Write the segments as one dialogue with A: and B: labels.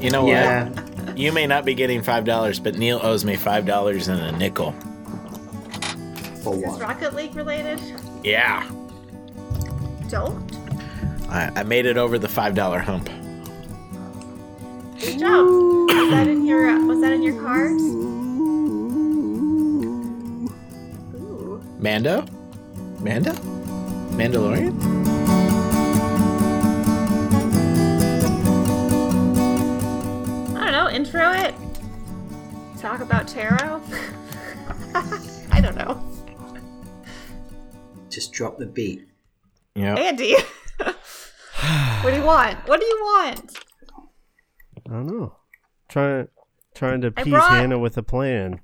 A: You know
B: Oh, Yeah.
A: what? You may not be getting five dollars, but Neil owes me five dollars and a nickel.
B: For
C: Is this
B: what?
C: Rocket League related?
A: Yeah.
C: Don't.
A: I, I made it over the five dollar hump.
C: Good job. Was that in your uh, Was that in your cards? Ooh.
A: Mando? Mando? Mandalorian?
C: I don't know. Intro it. Talk about tarot. I don't know.
B: Just drop the beat.
A: Yeah.
C: Andy, what do you want? What do you want?
D: I don't know. Trying trying to
C: I
D: appease
C: brought-
D: Hannah with a plan.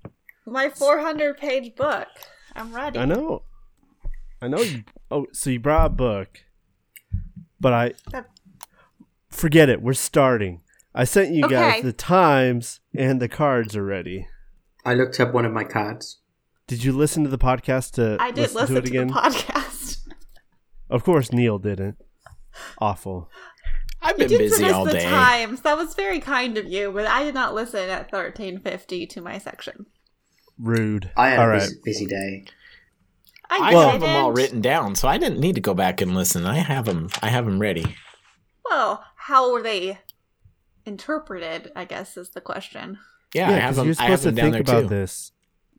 C: My 400 page book. I'm ready.
D: I know. I know. You, oh, so you brought a book, but I
C: That-
D: forget it. We're starting. I sent you
C: Okay.
D: guys the times and the cards already.
B: I looked up one of my cards.
D: Did you listen to the podcast to
C: I did listen,
D: listen to it
C: to,
D: again?
C: the podcast.
D: of course, Neil didn't. Awful.
A: I've
C: You
A: been
C: did
A: busy
C: suggest
A: all
C: the
A: day.
C: times. That was very kind of you, but I did not listen at 1350 to my section.
D: Rude.
B: I had
D: All
B: a
D: right.
B: busy, busy day.
C: I,
A: I
D: Well-
A: have
C: didn't.
A: them all written down, so I didn't need to go back and listen. I have them. I have them ready.
C: Well, how were they interpreted? I guess is the question.
A: Yeah, I have
D: 'cause
A: them.
D: You're
A: I have
D: supposed
A: them
D: to
A: down
D: think
A: there
D: about
A: too.
D: this.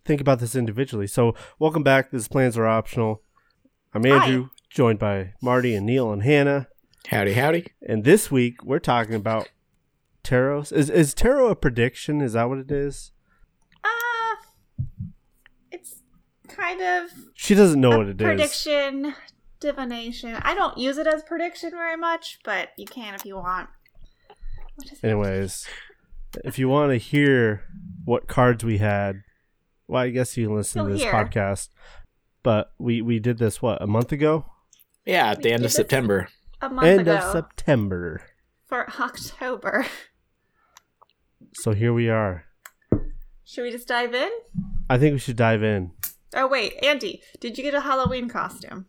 D: Think about this individually. So, welcome back. These plans are optional. I'm Andrew, joined by Marty and Neil and Hannah.
A: Howdy, howdy.
D: And this week we're talking about tarot. Is is tarot a prediction? Is that what it is?
C: Uh, it's kind of
D: She doesn't know
C: a
D: what it is.
C: prediction, divination. I don't use it as prediction very much, but you can if you want. What is it?
D: Anyways, if you want to hear what cards we had, well, I guess you can listen
C: Still
D: to this
C: here.
D: podcast. But we we did this what a month ago,
A: Yeah, at the end of September.
C: A month
D: end
C: ago
D: of September.
C: for October.
D: So here we are.
C: Should we just dive in?
D: I think we should dive in.
C: Oh wait, Andy, did you get a Halloween costume?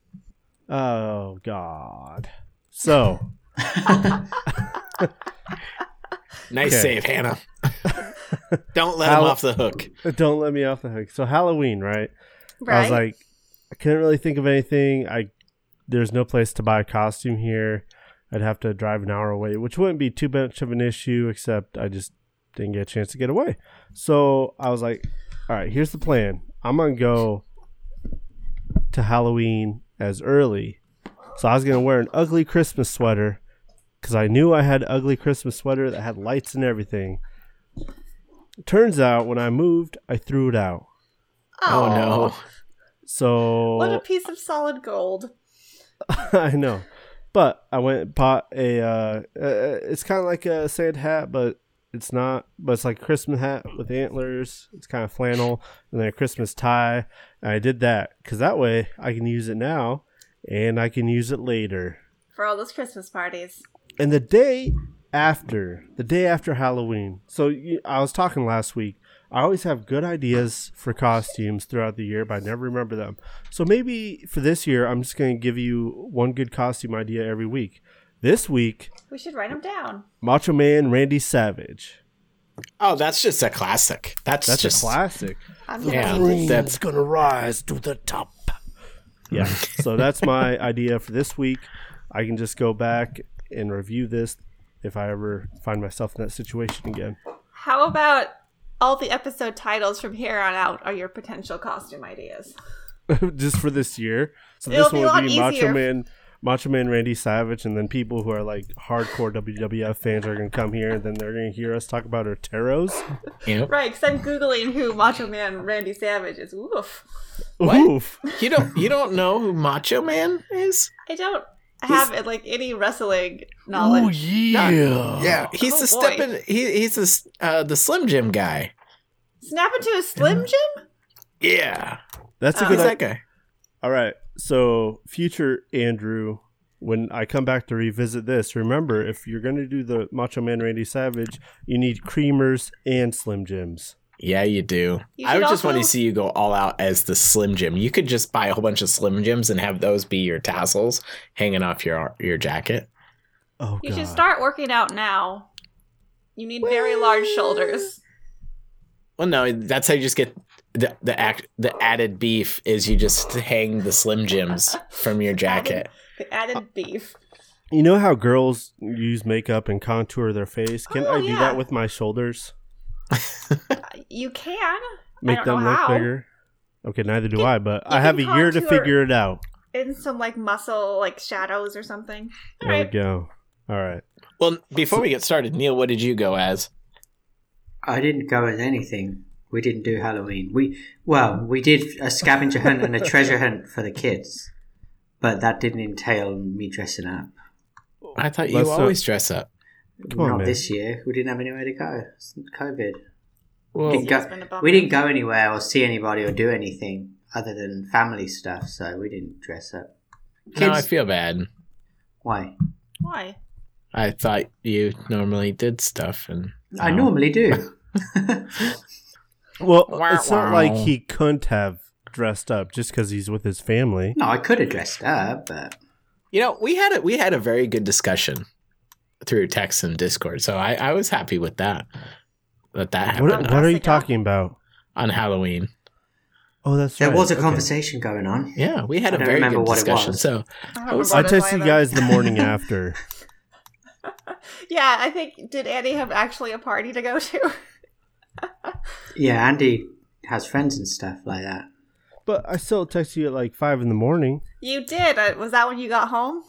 D: Oh God. So
A: Nice
D: Okay.
A: save, Hannah. Don't let
D: How-
A: him off the hook.
D: don't let me off the hook. So Halloween, right?
C: Right.
D: I was like, I couldn't really think of anything. I there's no place to buy a costume here. I'd have to drive an hour away, which wouldn't be too much of an issue, except I just didn't get a chance to get away. So I was like, all right, here's the plan. I'm gonna go to Halloween as early. So I was gonna wear an ugly Christmas sweater because I knew I had an ugly Christmas sweater that had lights and everything. Turns out when I moved, I threw it out.
A: Oh,
C: Aw,
A: no.
D: So
C: Oh, What a piece of solid gold.
D: I know, but I went and bought a. Uh, uh, it's kind of like a sand hat, but it's not. But it's like a Christmas hat with antlers. It's kind of flannel, and then a Christmas tie. And I did that because that way I can use it now, and I can use it later.
C: For all those Christmas parties.
D: And the day after, the day after Halloween. So you, I was talking last week. I always have good ideas for costumes throughout the year, but I never remember them. So maybe for this year, I'm just going to give you one good costume idea every week. This week,
C: We should write them down.
D: Macho Man Randy Savage.
A: Oh, that's just a classic. That's,
D: That's
A: just
D: a classic.
C: I'm
A: Yeah,
C: gonna-
A: that's
D: going to rise to the top. Yeah. so that's my idea for this week. I can just go back and review this if I ever find myself in that situation again.
C: How about all the episode titles from here on out are your potential costume ideas?
D: just for this year. So
C: It'll
D: this
C: be
D: one
C: a lot
D: would be Macho
C: easier.
D: Man, Macho Man Randy Savage, and then people who are like hardcore WWF fans are gonna come here, and then they're gonna hear us talk about our tarots.
A: Yep.
C: Right, because I'm Googling who Macho Man Randy Savage is. Woof.
A: What?
D: Oof.
A: You don't you don't know who Macho Man is?
C: I don't have like any wrestling knowledge.
A: yeah. Yeah, he's
C: Oh,
A: the
C: boy.
A: stepping he, he's the s- uh, the Slim Jim guy.
C: Snap into a
D: Oh,
C: Slim Jim?
A: Yeah.
D: That's a
C: Oh.
D: good.
A: Who's
D: idea.
A: that guy?
D: All right. So future Andrew, when I come back to revisit this, remember if you're gonna do the Macho Man Randy Savage, you need creamers and Slim Jims.
A: Yeah, you do.
C: You
A: I
C: should
A: would just want to
C: also-
A: see you go all out as the Slim Jim. You could just buy a whole bunch of Slim Jims and have those be your tassels hanging off your your jacket.
D: Oh
C: You
D: god.
C: should start working out now. You need very large shoulders.
A: Well, no, that's how you just get the the act the added beef is you just hang the Slim Jims from your jacket.
C: The
D: Uh,
C: added beef.
D: You know how girls use makeup and contour their face? Can
C: Oh,
D: I do
C: yeah.
D: that with my shoulders?
C: You can.
D: Make
C: I don't
D: them
C: know
D: look
C: how.
D: bigger? Okay, neither do
C: You-
D: I, but I
C: you
D: have a
C: can
D: year to
C: contour-
D: figure it out.
C: In some like muscle like shadows or something. All
D: There we
C: right.
D: go. All right.
A: Well, before we get started, Neil, what did you go as?
B: I didn't go as anything. We didn't do Halloween. We well, we did a scavenger hunt and a treasure hunt for the kids, but that didn't entail me dressing up.
A: I thought you
D: Let's, uh,
A: always dress up.
D: Come on,
B: Not
D: man.
B: this year. We didn't have anywhere to go. It's COVID.
A: Well,
B: Didn't go-
C: It's been a bummer.
B: we didn't go anywhere or see anybody or do anything other than family stuff. So we didn't dress up.
A: now I
B: Kids-
A: feel bad.
B: Why?
C: Why?
A: I thought you normally did stuff, and
B: I
A: Oh.
B: normally do.
D: Well,
A: Wah,
D: it's not
A: wah.
D: like he couldn't have dressed up just because he's with his family.
B: no, I could have dressed up, but
A: You know, we had a we had a very good discussion through text and Discord, so I, I was happy with that. That that happened
D: What, what are you
C: Jessica.
D: talking about?
A: on Halloween.
D: Oh, that's
B: there
D: right.
B: was a
D: Okay.
B: conversation going on.
A: Yeah, we had
B: I
A: a
B: don't
A: very
B: remember
A: good
B: what it
A: discussion.
B: was.
A: So
C: I, don't
A: was-
D: I
C: remember this
D: texted you
C: either.
D: guys the morning after.
C: Yeah, I think did Annie have actually a party to go to?
B: Yeah, Andy has friends and stuff like that.
D: But I still texted you at like five in the morning.
C: you did. Uh, Was that when you got home?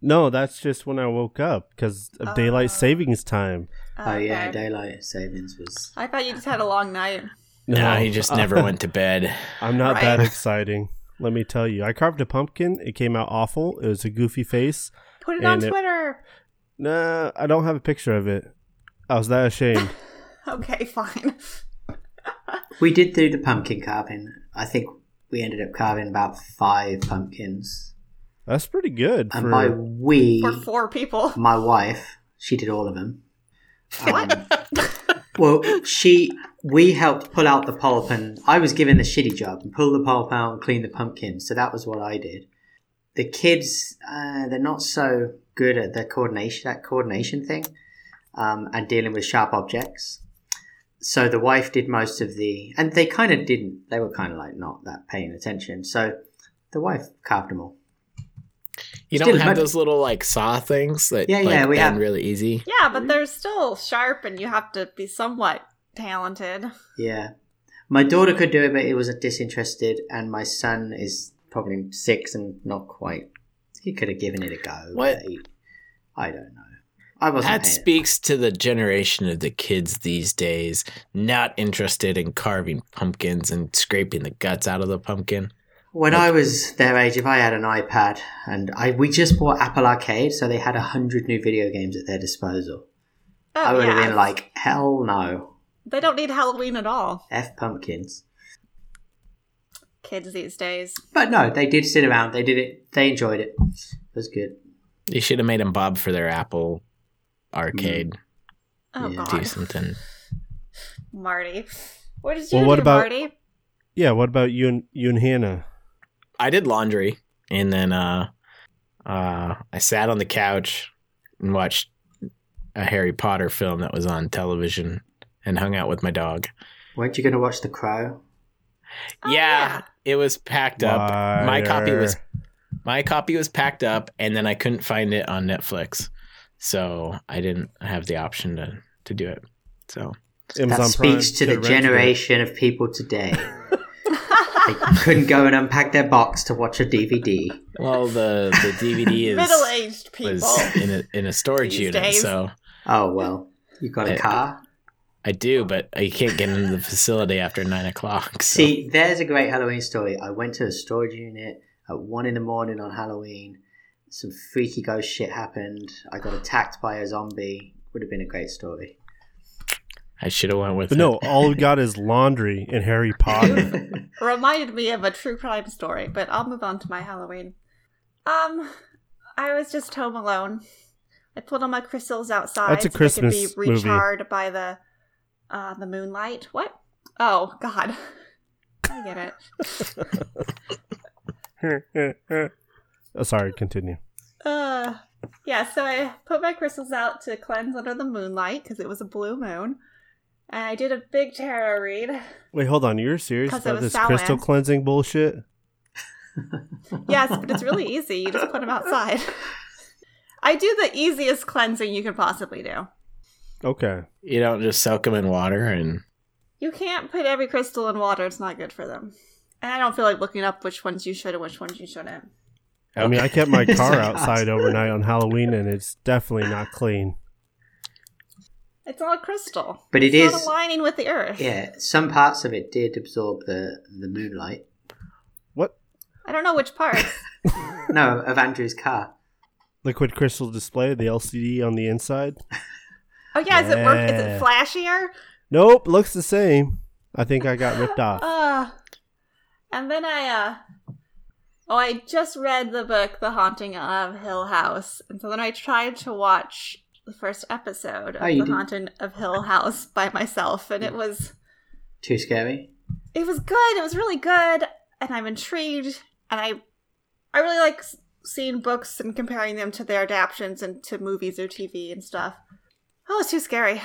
D: No, that's just when I woke up because of
C: Oh.
D: daylight savings time.
B: Oh yeah,
C: okay.
B: daylight savings was.
C: I thought you just had a long night.
A: no,
B: uh,
A: he just never went to bed.
D: I'm not that
C: Right.
D: exciting. Let me tell you. I carved a pumpkin. It came out awful. It was a goofy face.
C: Put it
D: And
C: on
D: it-
C: Twitter.
D: Nah, I don't have a picture of it. I was that ashamed.
C: Okay, fine.
B: We did do the pumpkin carving. I think we ended up carving about five pumpkins,
D: That's pretty good
B: and by
D: for
B: we,
C: For four people.
B: my wife, she did all of them. Um,
C: What?
B: well, she we helped pull out the pulp, and I was given the shitty job and pull the pulp out and clean the pumpkin. So that was what I did. The kids, uh, they're not so good at their coordination that coordination thing, um, and dealing with sharp objects. So the wife did most of the, and they kind of didn't. They were kind of like not that paying attention. So the wife carved them all.
A: You
B: Still
A: don't have
B: had-
A: those little like saw things that
B: Yeah,
A: like,
B: yeah, we
A: bend
B: have-
A: really easy.
C: yeah,
B: Mm.
C: but they're still sharp and you have to be somewhat talented.
B: Yeah. My daughter could do it, but it was disinterested, and my son is probably six and not quite. He could have given it a go.
A: What?
B: but he- I don't know. I wasn't.
A: That
B: paying-
A: speaks to the generation of the kids these days, not interested in carving pumpkins and scraping the guts out of the pumpkin.
B: when I was their age, if I had an iPad, and I we just bought Apple Arcade, so they had a hundred new video games at their disposal.
C: Oh,
B: I would
C: yeah.
B: have been like, hell no,
C: They don't need Halloween at all,
B: f pumpkins.
C: kids these days.
B: But no, they did sit around. They did it. They enjoyed it. It was good.
A: You should have made them bob for their Apple arcade.
C: Oh,
B: Yeah.
A: Do
C: God.
A: something.
C: Marty. What did you
D: Well, what
C: do,
D: about-
C: Marty?
D: yeah. What about you and you and Hannah?
A: I did laundry and then uh uh I sat on the couch and watched a Harry Potter film that was on television and hung out with my dog.
B: Weren't you going to watch The Crow?
C: Oh,
A: yeah, it was packed up. My copy was
D: Liar.
A: my copy was packed up and then I couldn't find it on Netflix. So I didn't have the option to to do it. So
D: Amazon
B: that
D: Prime
B: speaks to
D: could
B: the
D: have rented it.
B: generation of people today. they couldn't go and unpack their box to watch a DVD.
A: well the the DVD is
C: Middle aged people.
A: was in a in a storage
C: these
A: unit,
C: days.
A: so
B: Oh well, you got a
A: Yeah.
B: car.
A: I do, but I can't get into the facility after nine o'clock. So.
B: See, there's a great Halloween story. I went to a storage unit at one in the morning on Halloween. Some freaky ghost shit happened. I got attacked by a zombie. Would have been a great story.
A: I should have went with
D: But
A: it.
D: no, all we got is laundry and Harry Potter.
C: reminded me of a true crime story, but I'll move on to my Halloween. Um, I was just home alone. I pulled all my crystals outside.
D: That's a
C: so they
D: Christmas
C: could be
D: movie.
C: recharred by the uh, the moonlight. What? Oh God, I get it.
D: oh, sorry, continue.
C: Uh, Yeah, so I put my crystals out to cleanse under the moonlight because it was a blue moon. And I did a big tarot read.
D: Wait, hold on. You're serious
C: 'Cause it
D: about
C: was
D: this
C: Samhain.
D: crystal cleansing bullshit?
C: Yes, but it's really easy. You just put them outside. I do the easiest cleansing you can possibly do.
D: Okay.
A: You don't just soak them in water and
C: You can't put every crystal in water, it's not good for them. And I don't feel like looking up which ones you should and which ones you shouldn't.
D: I mean, I kept my car
B: Sorry.
D: outside overnight on Halloween, and it's definitely not clean.
C: It's not a crystal.
B: But it
C: it's
B: is-
C: not aligning with the earth.
B: Yeah, some parts of it did absorb the the moonlight.
D: What?
C: I don't know which parts.
B: No, of Andrew's car.
D: Liquid crystal display, the LCD on the inside?
C: Oh yeah, is it work? Is
D: Yeah.
C: it flashier?
D: Nope, looks the same. I think I got ripped off.
C: Uh, and then I, uh, oh, I just read the book, The Haunting of Hill House. And so then I tried to watch the first episode of
B: Oh,
C: The
B: you did-
C: Haunting of Hill House by myself. And it was,
B: Too scary.
C: it was good. It was really good. And I'm intrigued. And I, I really like s- seeing books and comparing them to their adaptions and to movies or TV and stuff. Oh, it's too scary.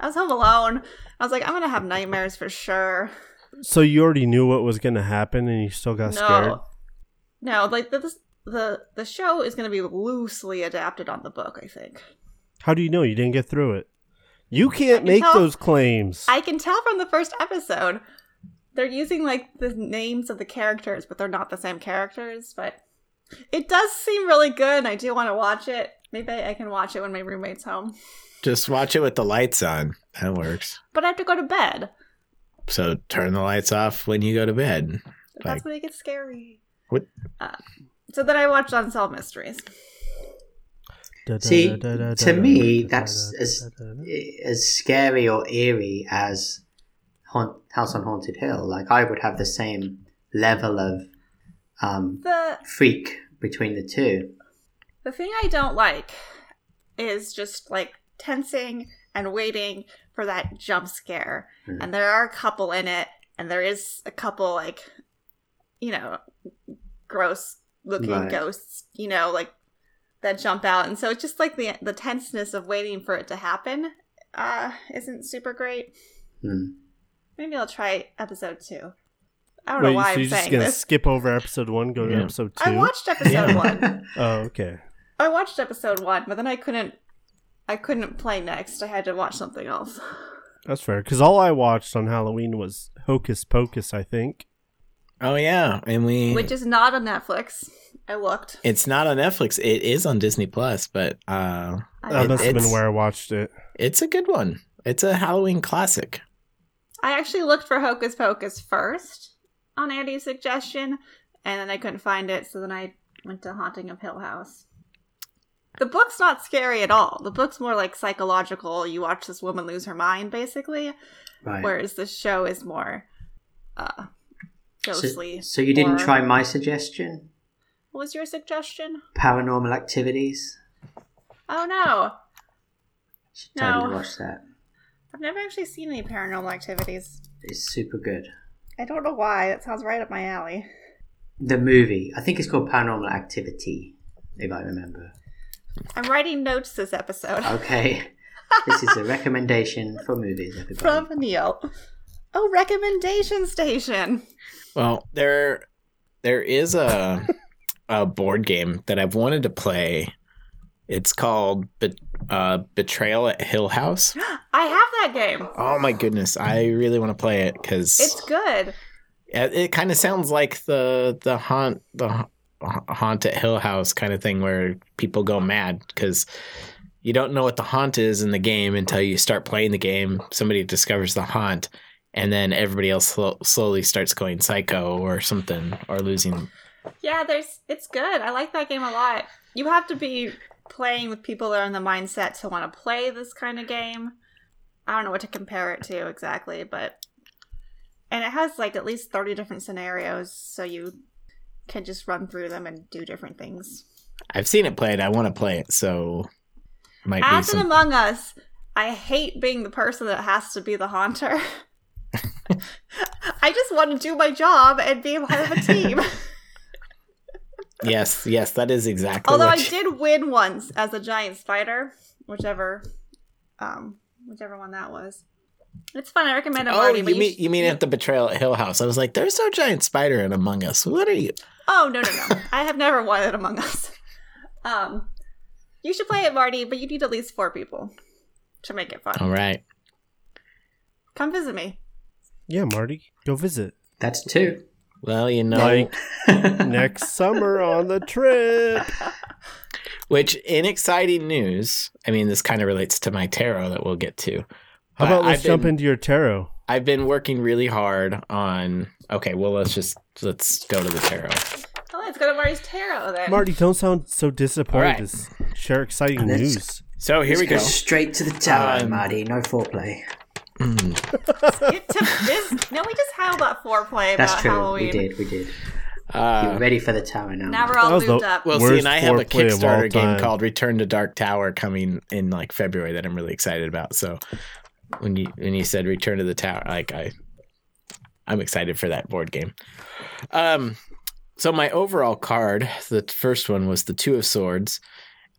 C: I was home alone. I was like, I'm going to have nightmares for sure.
D: So you already knew what was going to happen, and you still got Uh, scared?
C: No, like the, this, the the show is going to be loosely adapted on the book. I think
D: How do you know you didn't get through it? You can't
C: can
D: make
C: tell-
D: those claims.
C: I can tell from the first episode they're using like the names of the characters, but they're not the same characters. But it does seem really good, and I do want to watch it. Maybe I can watch it when my roommate's home.
A: just watch it with the lights on. That works.
C: But I have to go to bed.
A: So turn the lights off when you go to bed.
C: That's
A: Like-
C: when it gets scary.
A: What?
C: Uh, so then I watched Unsolved Mysteries.
D: Da- da-
B: See,
D: da- da- da-
B: to
D: da-
B: me,
D: da- da-
B: that's
D: da-
B: as
D: da- da- da-
B: as scary or eerie as Haunt, House on Haunted Hill. Like I would have the same level of um,
C: The
B: freak between the two.
C: The thing I don't like is just like tensing and waiting for that jump scare.
D: Hmm.
B: Mhm.
C: And there are a couple in it, and there is a couple like, you know, gross looking
B: Right.
C: ghosts, you know, like that jump out. And so it's just like the the tenseness of waiting for it to happen uh isn't super great.
B: Hmm.
C: Maybe I'll try episode 2. I don't
D: Wait,
C: know why
D: so
C: I'm
D: you're just
C: saying
D: gonna
C: this.
D: skip over episode one, go to
A: Yeah.
D: episode two?
C: I watched episode
A: Yeah.
C: 1.
D: oh, okay.
C: I watched episode one, but then I couldn't. I couldn't play next. I had to watch something else.
D: That's fair. Because all I watched on Halloween was Hocus Pocus, I think.
A: Oh yeah, and we
C: Which is not on Netflix. I looked.
A: it's not on Netflix. It is on Disney Plus, but uh,
D: That
C: I,
B: Oh,
A: It-
D: must have been
A: it's-
D: where I watched it.
A: it's a good one. It's a Halloween classic.
C: I actually looked for Hocus Pocus first on Andy's suggestion, and then I couldn't find it, so then I went to Haunting of Hill House. The book's not scary at all. The book's more like psychological. You watch this woman lose her mind, basically,
B: Right.
C: whereas the show is more uh,
B: so,
C: ghostly.
B: so you didn't
C: horror.
B: try my suggestion?
C: What was your suggestion?
B: Paranormal Activities.
C: Oh no.
B: Should totally
C: No.
B: watch that.
C: I've never actually seen any paranormal activities.
B: It's super good.
C: I don't know why. That sounds right up my alley.
B: The movie. I think it's called Paranormal Activity, if I remember.
C: I'm writing notes this episode
B: Okay. this is a recommendation for movies, everybody.
C: from Neil. Oh, recommendation station.
A: Well, there there is a a board game that I've wanted to play. It's called Be- uh, Betrayal at Hill House.
C: I have that game.
A: Oh my goodness, I really want to play it because
C: It's good.
A: it, it kind of sounds like the the haunt the ha- haunt at Hill House kind of thing where people go mad because you don't know what the haunt is in the game until you start playing the game. Somebody discovers the haunt, and then everybody else slo- slowly starts going psycho or something or losing.
C: Yeah, there's. It's good. I like that game a lot. You have to be playing with people that are in the mindset to want to play this kind of game. I don't know what to compare it to exactly, but and it has like at least thirty different scenarios, so you can just run through them and do different things.
A: I've seen it played. I want to play it, so might be
C: As in
A: some.
C: Among Us, I hate being the person that has to be the haunter. I just want to do my job and be a part of a team.
A: yes, yes, that is exactly.
C: Although I
A: what you-
C: did win once as a giant spider, whichever, um, whichever one that was. It's fun. I recommend it.
A: Oh,
C: Marty,
A: you
C: but
A: mean
C: sh-
A: you mean at the betrayal at Hill House? I was like, "There's no giant spider in Among Us. What are you?"
C: Oh no no no! I have never wanted Among Us. Um, you should play it, Marty, but you need at least four people to make it fun.
A: All right,
C: Come visit me.
D: Yeah, Marty, go visit
B: That's two.
A: well, you know,
D: like next summer on the trip.
A: which in exciting news, I mean, this kind of relates to my tarot that we'll get to.
D: How about
A: I-
D: let's
A: I've
D: jump
A: been-
D: into your tarot?
A: I've been working really hard on. Okay, well, let's just let's go to the tarot.
C: Oh, let's go to Marty's tarot then.
D: Marty, don't sound so
A: All
D: disappointed.
A: right.
D: Just Share exciting
B: Let's-
D: news.
A: So here we
B: Let's
A: go.
B: straight to the tower,
A: Um,
B: Marty. No foreplay.
A: Mm.
C: Get to biz- no, we just had about foreplay
B: That's
C: about
B: true.
C: Halloween.
B: We did. We did. You're
A: Uh,
B: ready for the tower now.
C: Now
B: Marty.
C: we're all
D: That was
C: lubed
D: the-
C: up.
A: well,
D: Worst
A: see, and I have a
D: foreplay of all
A: Kickstarter game
D: time.
A: called Return to Dark Tower coming in like February that I'm really excited about. So when you when you said Return to the Tower, like I, I'm excited for that board game. Um, so my overall card, the first one was the Two of Swords,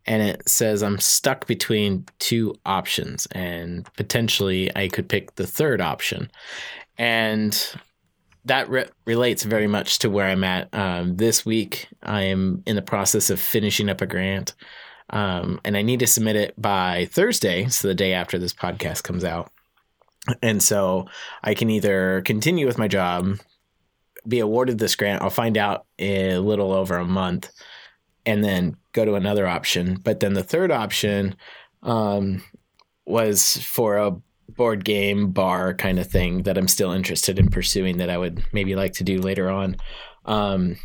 A: and it says I'm stuck between two options, and potentially I could pick the third option, and that re- relates very much to where I'm at um, this week. I am in the process of finishing up a grant, um, and I need to submit it by Thursday, so the day after this podcast comes out. And so I can either continue with my job, be awarded this grant. I'll find out in a little over a month, and then go to another option. But then the third option um, was for a board game bar kind of thing that I'm still interested in pursuing that I would maybe like to do later on. Um,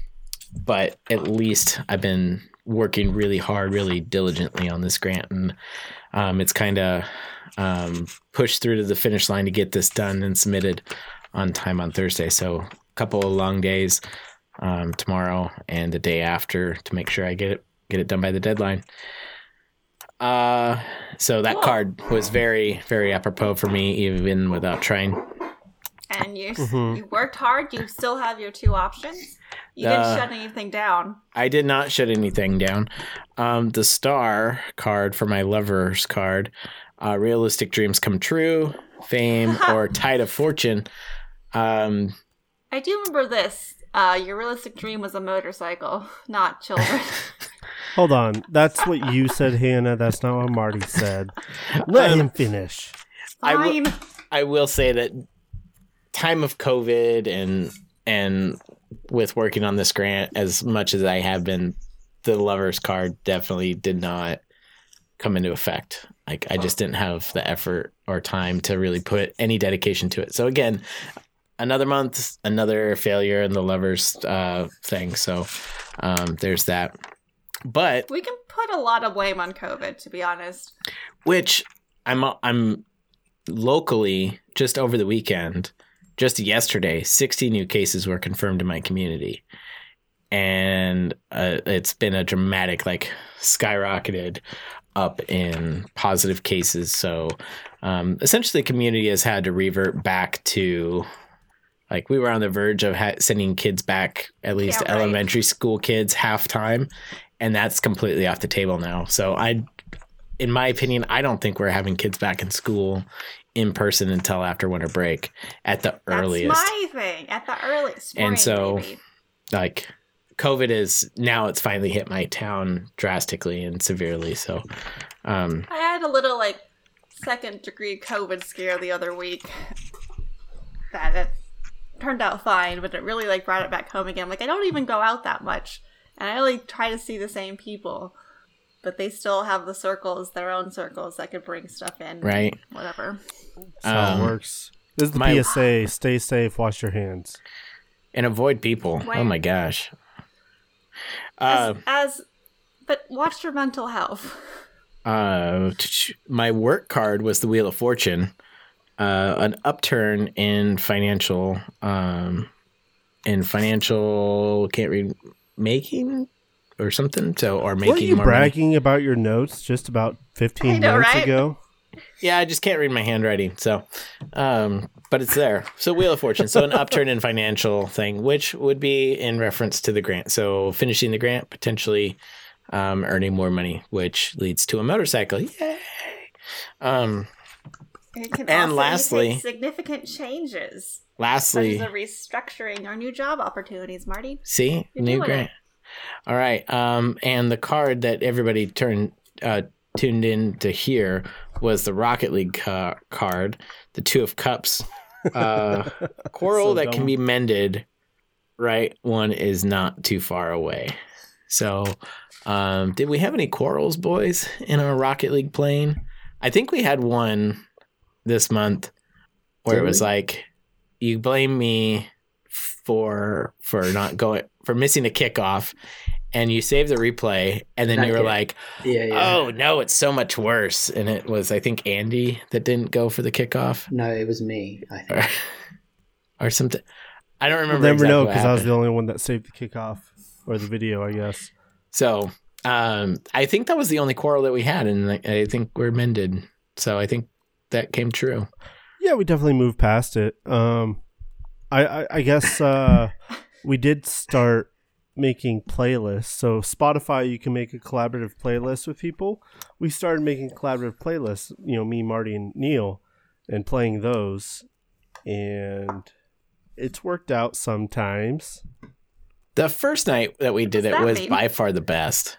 A: but at least I've been working really hard, really diligently on this grant, and um, it's kind of um, pushed through to the finish line to get this done and submitted on time on Thursday. So a couple of long days um, tomorrow and the day after to make sure I get it get it done by the deadline. Uh, so that
C: Cool.
A: card was very very apropos for me, even without trying.
C: And you, s
D: Mhm.
A: Mm-hmm.
C: you worked hard. You still have your two options. You didn't
A: Uh,
C: shut anything down.
A: I did not shut anything down. Um, the star card for my lover's card, uh, realistic dreams come true, fame or tide of fortune. Um,
C: I do remember this. Uh, your realistic dream was a motorcycle, not children.
D: Hold on. That's what you said, Hannah. That's not what Marty said. Let him finish.
A: I will-
C: Fine.
A: I will say that time of COVID and and with working on this grant as much as I have been, the lovers card definitely did not come into effect. Like I just didn't have the effort or time to really put any dedication to it. So again, another month, another failure in the lovers uh, thing. So um, there's that. But
C: we can put a lot of blame on COVID, to be honest.
A: which I'm I'm locally just over the weekend, just yesterday, 60 new cases were confirmed in my community, and uh, it's been a dramatic like skyrocketed up in positive cases. So um, essentially, the community has had to revert back to. Like we were on the verge of ha- sending kids back, at least
C: Yeah, right.
A: elementary school kids, half time, and that's completely off the table now. So I in my opinion, I don't think we're having kids back in school in person until after winter break at the earliest.
C: That's my thing. At the earliest. Spring,
A: And so-
C: maybe.
A: like COVID is now it's finally hit my town drastically and severely. So um
C: I had a little like second degree COVID scare the other week. That it turned out fine, but it really like brought it back home again. Like I don't even go out that much, and I only try to see the same people, but they still have the circles, their own circles that could bring stuff in.
A: right.
C: Whatever.
D: That's how
A: Um,
D: it works. This is the
A: my-
D: PSA. Stay safe. Wash your hands.
A: And avoid people.
C: Why-
A: Oh my gosh.
C: As,
A: Uh,
C: as but watch your mental health.
A: uh, t- t- my work card was the Wheel of Fortune, uh, an upturn in financial, um, in financial can't read making or something. So or
D: Were
A: making
D: you
A: more money.
D: bragging about your notes just about
C: I
D: 15
C: know,
D: minutes
C: right?
D: ago?
A: Yeah, I just can't read my handwriting. So, um, but it's there. So, Wheel of Fortune. So, an upturn in financial thing, which would be in reference to the grant. So, finishing the grant, potentially um, earning more money, which leads to a motorcycle. Yay! Um,
C: It can
A: And
C: also
A: lastly-
C: indicate significant changes, such as
A: lastly,
C: a restructuring or new job opportunities. Marty,
A: see,
C: You're
A: new
C: doing
A: grant. All right. Um, and the card that everybody turned uh, tuned in to hear was the Rocket League ca- card, the Two of Cups. Uh, quarrel
D: So
A: that
D: dumb.
A: can be mended right one is not too far away so um did we have any quarrels boys in our rocket league playing i think we had one this month where
B: Did
A: it was
B: we?
A: like you blame me for for not going for missing a kickoff and you saved the replay and then
B: Not
A: you were
B: yet.
A: like
B: Yeah, yeah.
A: oh no it's so much worse and it was i think andy that didn't go for the kickoff
B: No, it was me. I think.
A: or, or something. I don't
D: We'll
A: remember.
D: never know
A: because
D: because I was the only one that saved the kickoff or the video, I guess.
A: so. Um, I think that was the only quarrel that we had, and I, I think we're mended. So I think that came true.
D: Yeah, we definitely moved past it. Um, I, I, I guess uh, we did start making playlists. So Spotify, you can make a collaborative playlist with people. We started making collaborative playlists. You know, me, Marty, and Neil, and playing those, and it's worked out sometimes.
A: The first night that we did
C: What does
A: it
C: that
A: was
C: mean?
A: by far the best.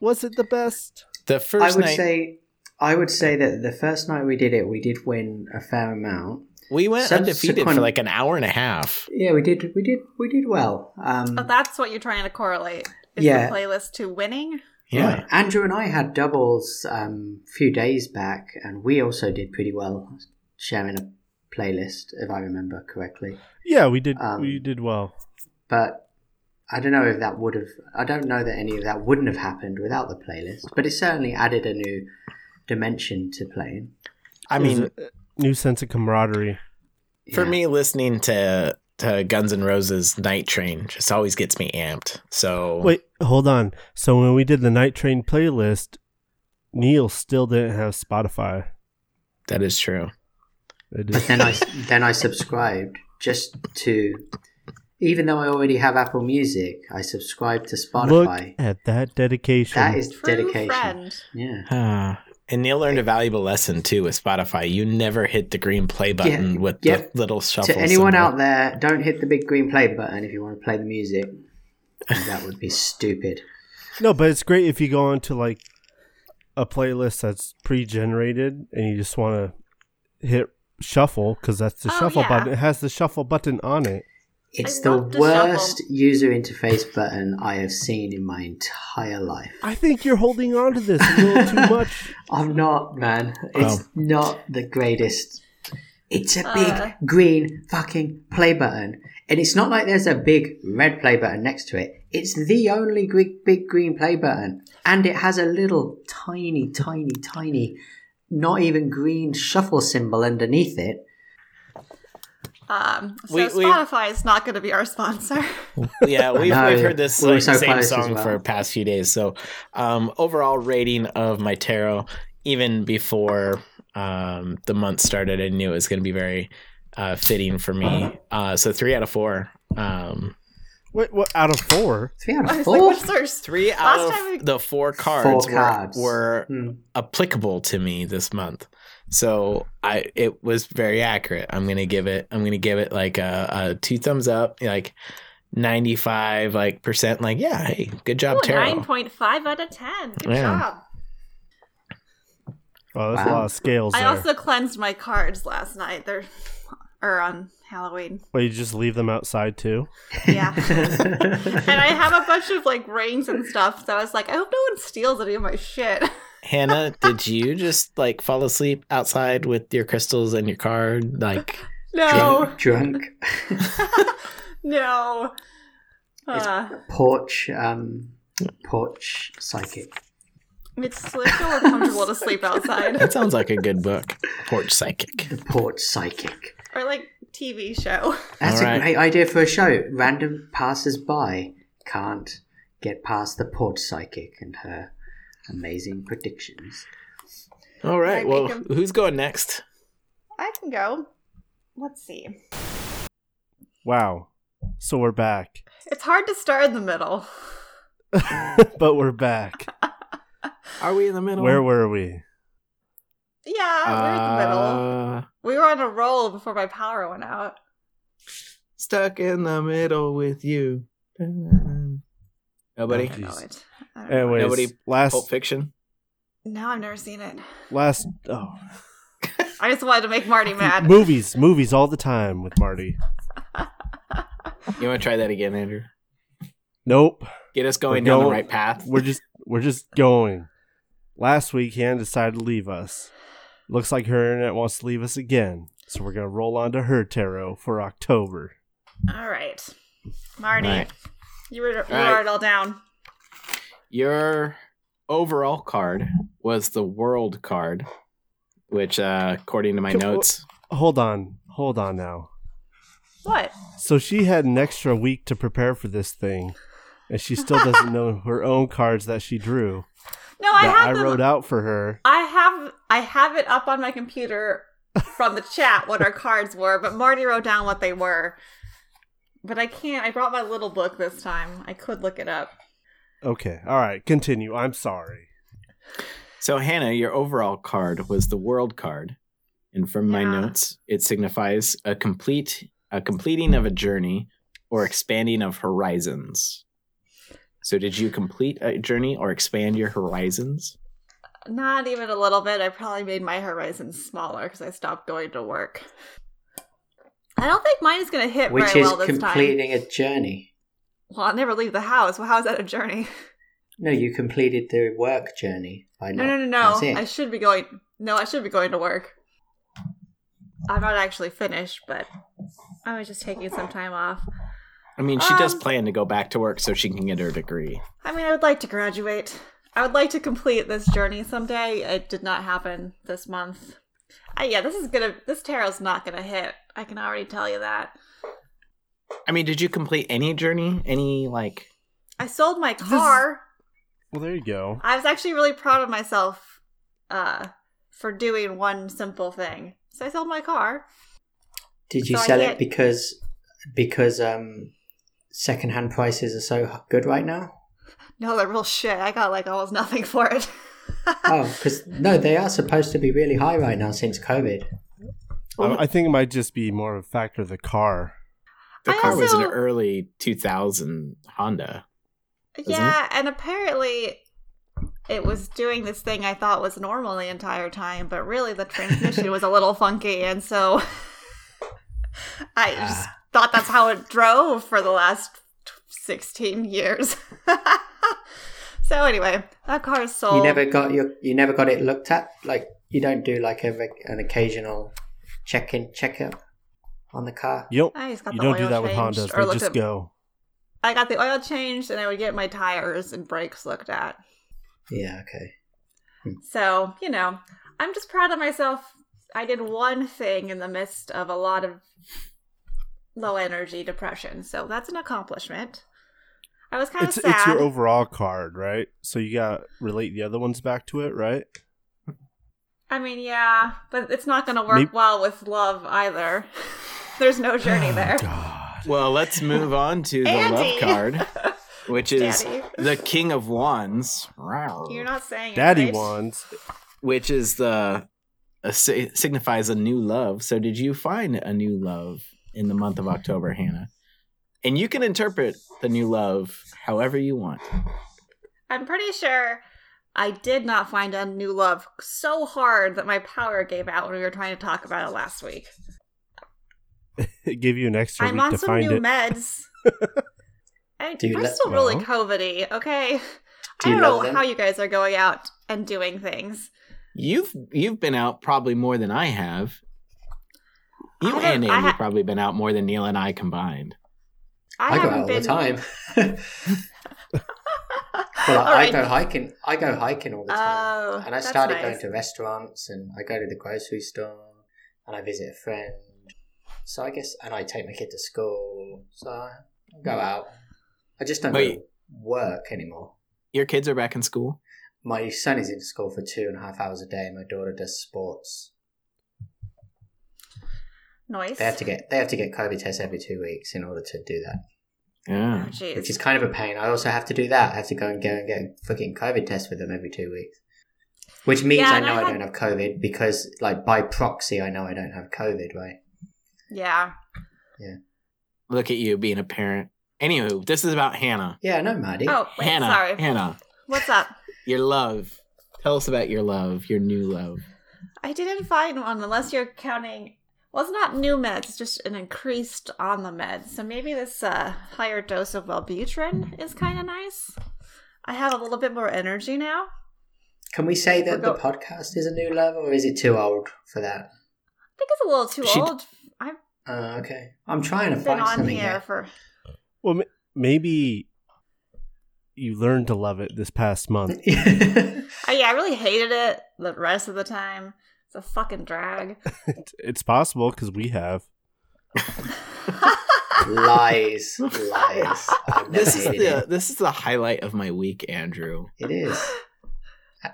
D: Was it the best?
A: The
B: I
A: first
B: would
A: night
B: say, I would say that the first night we did it, we did win a fair amount.
A: we went undefeated for
B: subsequent-
A: like an hour and a half.
B: Yeah, we did. We did. We did well. Um,
C: but that's what you're trying to correlate. Is
B: Yeah.
C: the playlist to winning?
A: Yeah,
B: Right. Andrew and I had doubles um, a few days back, and we also did pretty well sharing a playlist, if I remember correctly.
D: Yeah, we did.
B: Um,
D: we did well.
B: But I don't know if that would have. I don't know that any of that wouldn't have happened without the playlist. But it certainly added a new dimension to playing.
A: I
D: It was
A: mean,
D: a new sense of camaraderie.
A: for
B: Yeah.
A: me, listening to to Guns N' Roses Night Train just always gets me amped. So
D: Wait, hold on. So when we did the Night Train playlist, Neil still didn't have Spotify.
A: that is true.
D: It
B: But
D: is-
B: then I then I subscribed just to. Even though I already have Apple Music, I subscribe to
D: Look
B: Spotify.
D: at that dedication.
B: that is
C: True
B: dedication.
C: friend.
B: Yeah.
A: Ah, and Neil learned a valuable lesson too with Spotify. You never hit the green play button
B: Yeah,
A: with
B: yep.
A: the little shuffle.
B: to anyone
A: symbol.
B: out there, don't hit the big green play button if you want to play the music. That would be stupid.
D: no, but it's great if you go onto like a playlist that's pre-generated and you just want to hit shuffle because that's the
C: Oh,
D: shuffle
C: yeah.
D: button. It has the shuffle button on it.
B: It's
C: I
B: the
C: love to shuffle.
B: worst user interface button I have seen in my entire life.
D: I think you're holding on to this a little too much.
B: I'm not, man. It's
A: Oh.
B: not the greatest. It's a big
C: Uh.
B: green fucking play button. And it's not like there's a big red play button next to it. It's the only big, big green play button. And it has a little tiny, tiny, tiny, not even green shuffle symbol underneath it.
C: Um, so
A: We- we-
C: Spotify is not going to be our sponsor.
A: yeah, we've,
B: No,
A: we've heard this
B: we were
A: like,
B: so
A: same
B: close as
A: song
B: well.
A: for the past few days. So, um, overall rating of my tarot, even before um, the month started, I knew it was going to be very uh, fitting for me. Uh, so, three out of four. Um,
D: Wait, what? Out of four?
B: Three out
C: I
B: of
C: was
B: four?
C: like, what's ours?
A: three out
C: Last
A: of
C: time we-
A: the four
B: Four
A: cards, were-
B: cards.
A: were
B: Hmm.
A: applicable to me this month. So I it was very accurate. I'm gonna give it I'm gonna give it like a, a two thumbs up, like ninety five like percent like yeah, hey, good job,
C: Nine
A: Tarot.
C: point five out of ten. Good
A: Yeah.
C: job.
D: Oh, that's a
B: Wow.
D: lot of scales
C: I
D: there.
C: also cleansed my cards last night. They're or on Halloween.
D: Wait, you just leave them outside too?
C: Yeah. and I have a bunch of like rings and stuff, so I was like, I hope no one steals any of my shit.
A: Hannah, did you just like fall asleep outside with your crystals and your card? Like
C: no,
B: Drunk.
C: no. Uh,
B: Porch, um, porch psychic.
C: it's a little more comfortable to sleep outside,
A: that sounds like a good book. Porch psychic.
B: The porch psychic.
C: or like TV show.
B: That's
A: All right.
B: a great idea for a show. Random passers-by can't get past the port psychic and her amazing predictions.
A: All right.
C: make
A: Well,
C: him-
A: who's going next?
C: I can go. Let's see.
D: Wow. So we're back.
C: It's hard to start in the middle.
D: but we're back.
A: Are we in the middle?
D: Where were we?
C: Yeah, Oh, we're in the middle.
A: Uh,
C: We were on a roll before my power went out.
A: Stuck in the middle with you. Nobody.
D: Oh,
C: I don't know
D: Jeez.
C: it. I don't know.
D: Anyways,
A: Nobody-
D: last
A: Pulp Fiction.
C: No, I've never seen it.
D: last oh
C: I just wanted to make Marty mad.
D: movies, movies all the time with Marty.
A: You want to try that again, Andrew?
D: Nope.
A: Get us going
D: We're
A: down the
D: going-
A: right path.
D: We're just we're just going. Last week Hannah decided to leave us. Looks like her internet wants to leave us again. So we're gonna roll on to her tarot for October.
C: All right, Marty,
A: Right.
C: you were you
A: All right.
C: wrote it all down.
A: Your overall card was the world card, which, uh, according to my
D: Can-
A: notes,
D: Hold on, hold on now.
C: What?
D: So she had an extra week to prepare for this thing, and she still doesn't know her own cards that she drew
C: No, I
D: that I,
C: have them.
D: wrote out for her.
C: I have I have it up on my computer from the chat what our cards were, but Marty wrote down what they were. But I can't. I brought my little book this time. I could look it up.
D: Okay, all right, continue. I'm sorry.
A: So, Hannah, your overall card was the world card, and from my
C: Yeah.
A: notes, it signifies a complete a completing of a journey or expanding of horizons. So, did you complete a journey or expand your horizons?
C: Not even a little bit. I probably made my horizon smaller because I stopped going to work. I don't think mine is going to hit
B: which
C: very
B: is
C: well this time.
B: completing a journey.
C: Well, I'll never leave the house. Well, how is that a journey?
B: No, you completed the work journey. By
C: No,
B: not-
C: no, no,
B: That's
C: no.
B: it.
C: I should be going. No, I should be going to work. I'm not actually finished, but I was just taking some time off.
A: I mean, she does
C: Um,
A: plan to go back to work so she can get her degree.
C: I mean, I would like to graduate. I would like to complete this journey someday. It did not happen this month. Uh, yeah, this is gonna. This tarot's not gonna hit. I can already tell you that.
A: I mean, did you complete any journey? Any like?
C: I sold my car.
D: Well, there you go.
C: I was actually really proud of myself uh, for doing one simple thing. So I sold my car.
B: Did you
C: So I
B: sell
C: get-
B: it because because um secondhand prices are so good right now?
C: No, they're real shit. I got like almost nothing for it.
B: Oh, because no, they are supposed to be really high right now since COVID.
D: I, I think it might just be more of a factor of the car.
A: The
C: I
A: car was an
C: also-
A: early 2000 Honda. Isn't it?
C: yeah, and apparently it was doing this thing I thought was normal the entire time, but really the transmission was a little funky, and so I
B: Ah.
C: just thought that's how it drove for the last t- 16 years. so, anyway, that car is sold.
B: You never got your you never got it looked at. Like you don't do like a, reg- an occasional check in check up on the car.
D: You don't,
C: I just got
D: you
C: the
D: don't
C: oil
D: do that with
C: changed,
D: Hondas.
C: or
D: They
C: looked
D: just
C: at-
D: go.
C: I got the oil changed, and I would get my tires and brakes looked at.
B: Yeah, okay.
C: So, you know, I'm just proud of myself. I did one thing in the midst of a lot of low energy depression. So that's an accomplishment. I was kind of
D: It's
C: sad.
D: it's your overall card, right? So you got to relate the other ones back to it, right?
C: I mean, yeah, but it's not going to work
D: Maybe-
C: well with love either. There's no journey there.
D: God.
A: Well, let's move on to the
C: Andy!
A: love card, which is
C: Daddy.
A: the King of Wands.
C: You're not saying it,
D: Daddy
C: right?
D: wands.
A: which is the uh, si- signifies a new love. So, did you find a new love in the month of October, Hannah? And you can interpret the new love however you want.
C: I'm pretty sure I did not find a new love so hard that my power gave out when we were trying to talk about it last week.
D: It gave you an extra
C: I'm
D: week
C: on
D: to
C: some
D: find
C: new
D: it.
C: meds. I,
B: Do you
C: we're
B: let-
C: still really
D: Well.
C: COVIDy, okay?
B: Do
C: I
B: you
C: don't
B: love
C: know
B: them?
C: how you guys are going out and doing things.
A: You've you've been out probably more than I have.
C: I
A: You
C: don't-
A: and
C: I
A: Andy
C: ha-
A: probably been out more than Neil and I combined.
C: I,
B: I, go out
C: haven't
B: all
C: been
B: the time. well,
C: All
B: I,
C: right.
B: I go hiking. I go hiking all the time,
C: Oh,
B: and I
C: that's
B: started
C: nice.
B: going to restaurants, and I go to the grocery store, and I visit a friend. So I guess, and I take my kid to school. So I
C: Hmm.
B: go out. I just don't go
A: Wait.
B: to work anymore.
A: Your kids are back in school.
B: My son is in school for two and a half hours a day, and my daughter does sports.
C: Noise.
B: They have to get they have to get COVID tests every two weeks in order to do that,
C: Oh,
A: Yeah.
C: jeez.
B: Mm, which is kind of a pain. I also have to do that. I have to go and go and get a fucking COVID test with them every two weeks, which means
C: Yeah,
B: I
C: and
B: know
C: I
B: I,
C: had-
B: don't have COVID because, like, by proxy, I know I don't have COVID, right?
C: yeah.
A: Look at you being a parent. Anywho, this is about Hannah.
B: Yeah, I know, Maddie.
C: Oh, wait,
A: Hannah.
C: sorry.
A: Hannah.
C: What's up?
A: Your love. Tell us about your love, your new love.
C: I didn't find one unless you're counting. Well, it's not new meds, it's just an increased on the meds. So maybe this uh, higher dose of Wellbutrin is kind of nice. I have a little bit more energy now. I
B: Can we say that the
C: Forgot-
B: podcast is a new love, or is it too old for that?
C: think it's a little too
A: She-
C: old. I've
B: Uh, okay, I'm trying to
C: been
B: find
C: on
B: something
C: here
B: here.
C: for.
D: Well, m- maybe you learned to love it this past month.
C: I, uh, yeah, I really hated it the rest of the time. It's a fucking drag.
D: it's possible because we have.
B: lies, lies. I've never
A: This is
B: hated
A: the this is the highlight of my week, Andrew.
B: It It is.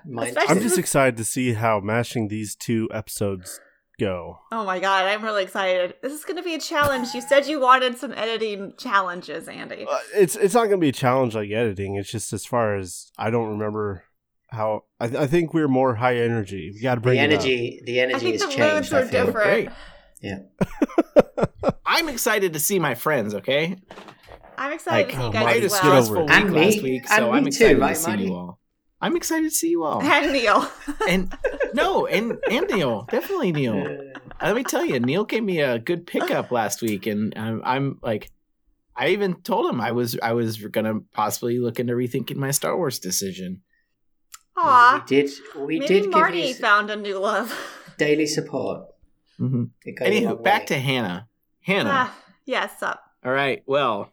B: Mine
C: Especially-
D: I'm
B: too.
D: just excited to see how mashing these two episodes go.
C: oh my god, I'm really excited. This is going to be a challenge. You said you wanted some editing challenges, Andy.
D: Uh, It's it's not going to be a challenge like editing. It's just as far as I don't remember how. I, th- I think we're more high energy. We got to bring
B: the
D: it up.
B: energy. The
C: I
B: energy has
C: think the moods
B: changed. I
C: were
B: feel.
C: different.
A: Great.
B: Yeah.
A: I'm excited to see my friends, okay?
C: I'm excited
A: Like,
C: to see
D: oh,
C: you
D: my-
A: I had
C: guys
D: Might
A: a
C: as
D: just
C: well.
D: get
A: stressful
D: over it.
A: week
B: And me-
A: last week, so
B: and me
A: I'm
B: too,
A: excited
B: right,
A: to see
B: Marty?
A: you all. I'm excited to see you all.
C: And Neil.
A: And no, and and Neil, definitely Neil. Uh, Let me tell you, Neil gave me a
B: Oh.
A: good pickup last week, and I'm, I'm like, I even told him I was I was gonna possibly look into rethinking my Star Wars decision.
B: Uh,
C: Aw.
B: we did. We
C: Maybe
B: did
C: Marty
B: give you s-
C: found a new love.
B: daily support.
A: Mm-hmm.
B: It goes a
A: Anywho,
B: long
A: back
B: way.
A: to Hannah. Hannah,
C: Ah, yes, up.
A: all right. Well,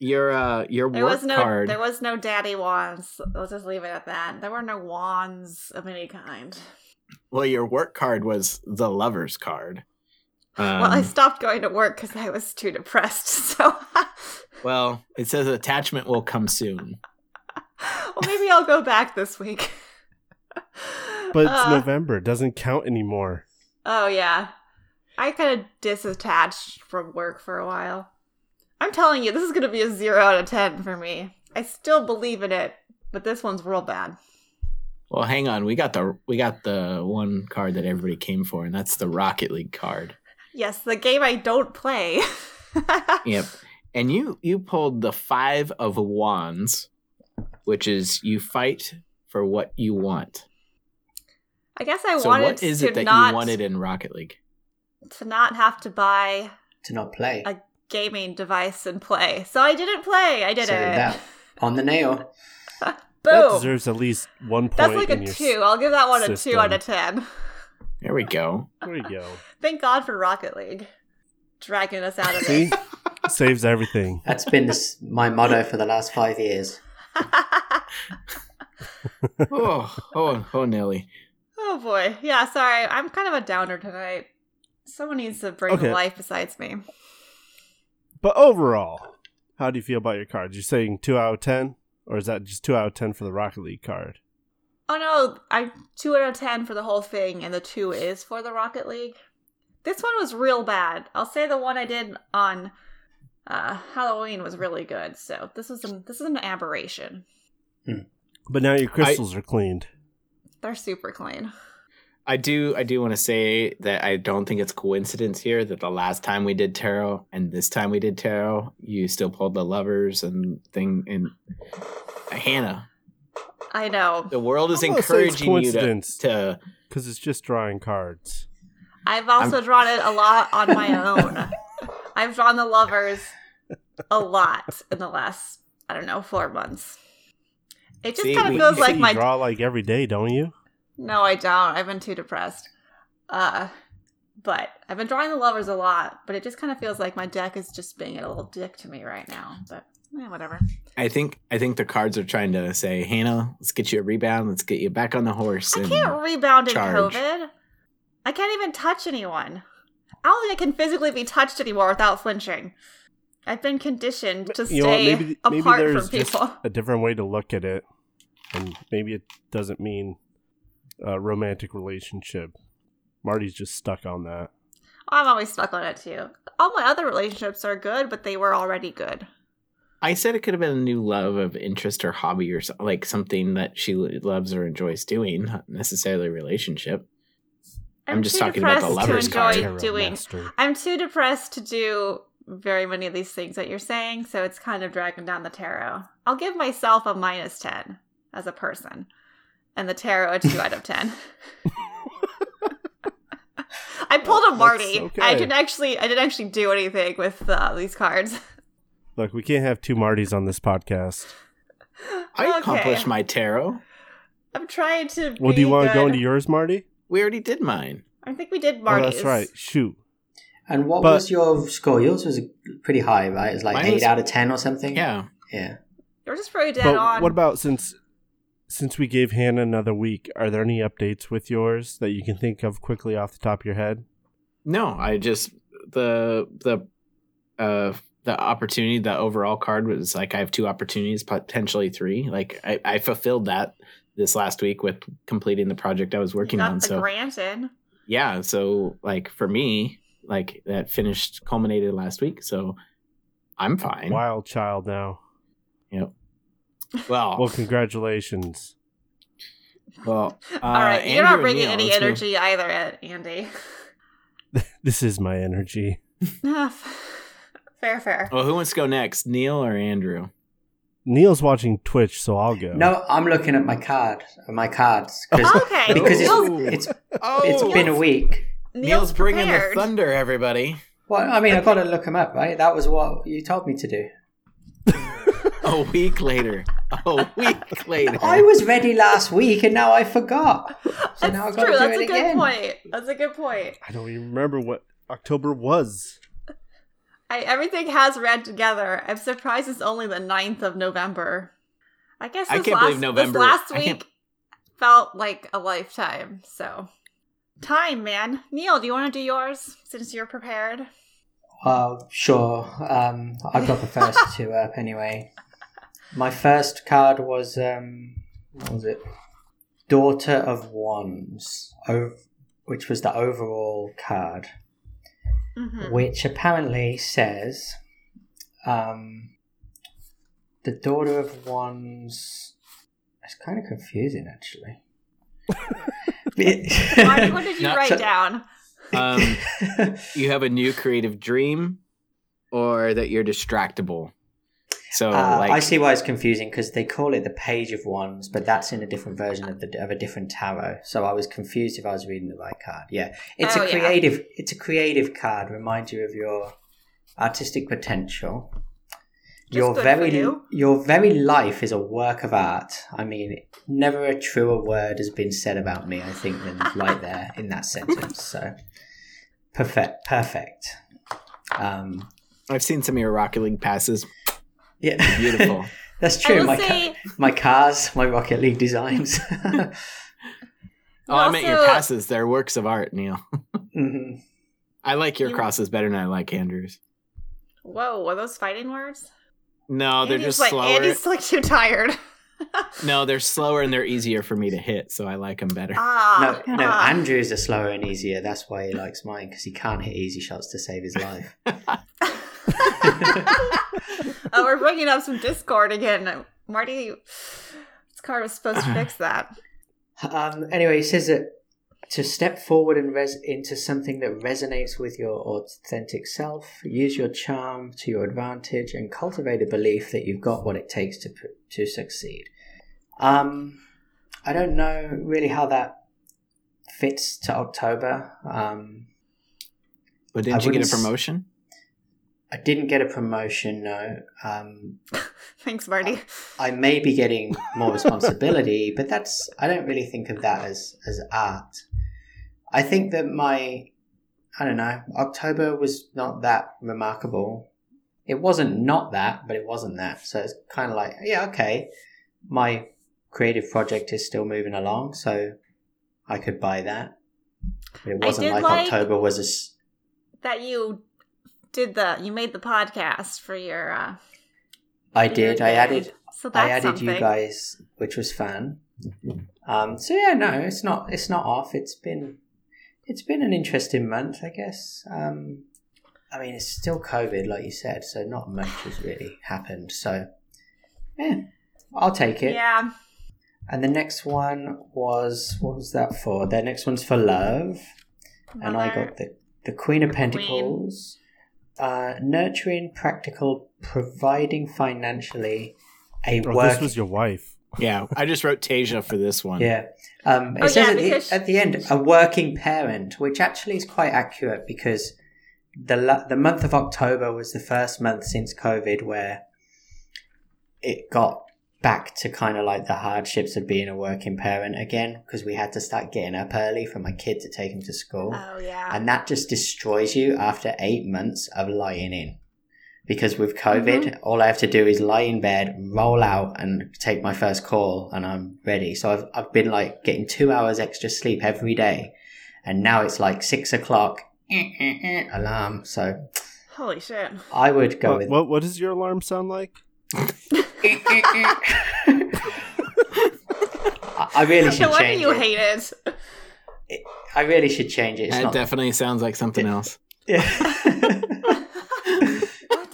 A: your uh, your
C: There
A: work
C: was no
A: card.
C: there was no daddy wands. Let's just leave it at that. There were no wands of any kind.
A: well, your work card was the lovers card. Um,
C: well, I stopped going to work because I was too depressed. So,
A: well, it says attachment will come soon.
C: well, maybe I'll go back this week.
D: But it's
C: Uh,
D: November it doesn't count anymore.
C: Oh yeah, I kind of disattached from work for a while. I'm telling you, this is gonna be a zero out of ten for me. I still believe in it, but this one's real bad.
A: Well, hang on. We got the we got the one card that everybody came for, and that's the Rocket League card.
C: Yes, the game I don't play.
A: Yep. And you you pulled the five of wands, which is you fight for what you want.
C: I guess I
A: so
C: wanted
A: what is
C: to
A: it that
C: not
A: you wanted in Rocket League?
C: to not have to buy
B: to not play.
C: I gaming device and play. So I didn't play. I did
B: So
C: it.
B: that on the nail.
D: That
C: Boom.
D: deserves at least one point.
C: That's like
D: in
C: a
D: your s-
C: two. I'll give that one a two
D: system.
C: out of ten.
A: There we go.
D: There you go.
C: Thank God for Rocket League dragging us out of
D: See,
C: it.
D: saves everything.
B: That's been this, my motto for the last five years.
A: oh, oh, oh, Nelly.
C: oh boy. Yeah. Sorry. I'm kind of a downer tonight. Someone needs to bring
D: Okay.
C: to life besides me.
D: But overall, how do you feel about your cards? You're saying two out of ten, or is that just two out of ten for the Rocket League card?
C: Oh no, I two out of ten for the whole thing, and the two is for the Rocket League. This one was real bad. I'll say the one I did on uh, Halloween was really good. So this was an, this is an aberration.
D: But now your crystals are cleaned.
C: They're super clean.
A: I do I do want to say that I don't think it's coincidence here that the last time we did tarot and this time we did tarot, you still pulled the lovers and thing and Hannah.
C: I know.
A: The world is
D: I'm gonna say it's
A: encouraging you to,
D: coincidence.
A: to
D: Because it's just drawing cards.
C: I've also drawn it a lot on my own. I've drawn the lovers a lot in the last I don't know four months. It just
A: See,
C: kind
A: we-
C: of feels
D: you
C: like
D: you
C: my
D: draw like every day, don't you?
C: No, I don't. I've been too depressed. Uh, but I've been drawing the lovers a lot, but it just kind of feels like my deck is just being a little dick to me right now. But eh, whatever.
A: I think I think the cards are trying to say, Hannah, let's get you a rebound, let's get you back on the horse.
C: I
A: and-
C: can't rebound in
A: charge.
C: COVID. I can't even touch anyone. I don't think I can physically be touched anymore without flinching. I've been conditioned to stay
D: you know what? Maybe maybe
C: apart from
D: there's
C: people.
D: just a different way to look at it. and maybe it doesn't mean a romantic relationship. Marty's just stuck on that.
C: I'm always stuck on it too. All my other relationships are good, but they were already good.
A: I said it could have been a new love of interest or hobby or so, like something that she lo- loves or enjoys doing, not necessarily a relationship. I'm just
C: too
A: talking about the
C: depressed
A: lover's
C: to
A: card.
C: enjoy doing. I'm too depressed to do very many of these things that you're saying, so it's kind of dragging down the tarot. I'll give myself a minus 10 as a person, and the tarot a 2 out of 10. I pulled a
D: That's
C: Marty. I
D: okay.
C: didn't actually I didn't actually do anything with uh, these cards.
D: Look, we can't have two Martys on this podcast.
A: I
C: Okay.
A: accomplished my tarot.
C: I'm trying to
D: Well, do you
C: want to
D: go into yours, Marty?
A: We already did mine.
C: I think we did
D: Oh,
C: Marty's.
D: that's right. Shoot.
B: And what
D: But-
B: was your score? Yours was pretty high, right? It was like
A: Mine
B: eight
A: was-
B: out of ten or something.
A: Yeah.
B: yeah.
C: You're just pretty dead
D: but
C: on.
D: what about since since we gave Hannah another week? Are there any updates with yours that you can think of quickly off the top of your head?
A: No, I just the the uh the opportunity, the overall card was like I have two opportunities, potentially three. Like I, I fulfilled that this last week with completing the project I was
C: You
A: working
C: got
A: on.
C: the
A: so
C: grant in.
A: yeah so like for me like that finished culminated last week so i'm fine
D: Wild child now.
A: well
D: Well, congratulations.
A: well uh,
C: All right, you're not
A: Andrew and
C: bringing
A: Neil,
C: any
A: let's move-
C: energy either, An- Andy.
D: This is my energy.
C: Ah, fair, fair.
A: well who wants to go next neil or andrew
D: Neil's watching Twitch, so I'll go.
B: No, I'm looking at my card, my cards, 'cause-
C: Oh, Okay,
B: because
A: Neil's- Oh,
B: it's, it's it's been a week.
A: neil's, bringing
C: prepared.
A: the thunder everybody
B: Well, I mean, I've got to look them up, right? That was what you told me to do.
A: a week later a week later
B: I was ready last week, and now I forgot. So now I've
C: That's
B: got
C: true.
B: to do
C: That's
B: it
C: a good
B: again.
C: point. That's a good point.
D: I don't even remember what October was.
C: I, everything has read together. I'm surprised it's only the 9th of November. I guess
A: I
C: this
A: can't
C: last,
A: believe November-
C: This last
A: I can't-
C: week felt like a lifetime. So, time, man. Neil, do you want to do yours since you're prepared?
B: Uh, sure. Um, I've got the first two up anyway. My first card was um, what was it? Daughter of Wands, ov- which was the overall card,
C: Mm-hmm.
B: which apparently says um, the Daughter of Wands. It's kind of confusing, actually. It-
C: what did you
A: Not-
C: write
B: So-
C: down?
A: um you have a new creative dream or that you're distractible so
B: Uh,
A: Oh, like
B: I see why it's confusing because they call it the Page of Wands, but that's in a different version of the of a different tarot. So I was confused if I was reading the right card. Yeah, it's
C: Oh,
B: a
C: yeah.
B: creative. It's a creative card. Reminds you of your artistic potential.
C: That's
B: your
C: good
B: very
C: for you.
B: your very life is a work of art. I mean, never a truer word has been said about me. I think than right there in that sentence. So perfect, perfect. Um,
A: i've seen some of your rocket league passes
B: yeah,
A: beautiful
B: that's
C: I
B: true.
C: will
B: my ca-
C: say,
B: my cars, my Rocket League designs. Mm-hmm.
A: oh i meant your
C: also-
A: passes they're works of art neil
B: Mhm.
A: I like your
C: You-
A: crosses better than I like Andrew's.
C: whoa, were those fighting words?
A: No, Oh, they're
C: Andy's
A: just
C: like,
A: slower.
C: Andy's like too tired.
A: No, they're slower and they're easier for me to hit, so I like them better.
B: Uh,
C: Ah,
B: No, no,
C: ah.
B: Andrews are slower and easier. That's why he likes mine because he can't hit easy shots to save his life.
C: oh, we're bringing up some Discord again. Marty, this card was supposed to fix that.
B: Um, anyway, he says that to step forward and res- into something that resonates with your authentic self, use your charm to your advantage, and cultivate a belief that you've got what it takes to pr- to succeed. Um, I don't know really how that fits to October. Um,
A: But
B: I
A: didn't you get a
B: wouldn't s-
A: promotion?
B: I didn't get a promotion, no. Um,
C: Thanks, Marty.
B: I may be getting more responsibility, but that's I don't really think of that as as art. I think that my I don't know, October was not that remarkable. It wasn't not that, but it wasn't that. So it's kind of like, yeah, okay. My creative project is still moving along, so I could buy that. But it
C: I
B: wasn't
C: did
B: like,
C: like-
B: October was a s-
C: That you did the, you made the podcast for your. Uh,
B: I
C: for your
B: did. I
C: band.
B: added
C: So that's
B: I added
C: something.
B: you guys, which was fun. Um, so yeah, no, it's not. It's not off. It's been, it's been an interesting month, I guess. Um, I mean, it's still COVID, like you said, so not much has really happened. So yeah, I'll take it.
C: Yeah.
B: And the next one was what was that for? The next one's for love, and I
C: Mother.
B: got the the Queen of Pentacles, uh, nurturing, practical, providing financially. A
D: Oh,
B: work
D: this was your wife.
A: Yeah, I just wrote Tasia for this one.
B: Yeah. Um, it
C: Oh,
B: says
C: yeah,
B: at,
C: because-
B: the, at the end, a working parent, which actually is quite accurate because the la- the month of October was the first month since COVID where it got back to kind of like the hardships of being a working parent again because we had to start getting up early for my kid to take him to school.
C: Oh yeah.
B: And that just destroys you after eight months of lying in. Because with COVID,
C: Mm-hmm.
B: all I have to do is lie in bed, roll out, and take my first call, and I'm ready. So I've, I've been like getting two hours extra sleep every day. And now it's like six o'clock alarm. So
C: Holy shit.
B: I would go
D: What,
B: with.
D: what, what does your alarm sound like?
B: I, I really should
C: No wonder
B: change
C: you
B: it.
C: hate it.
B: I really should change it. It's
A: That
B: not.
A: definitely sounds like something else.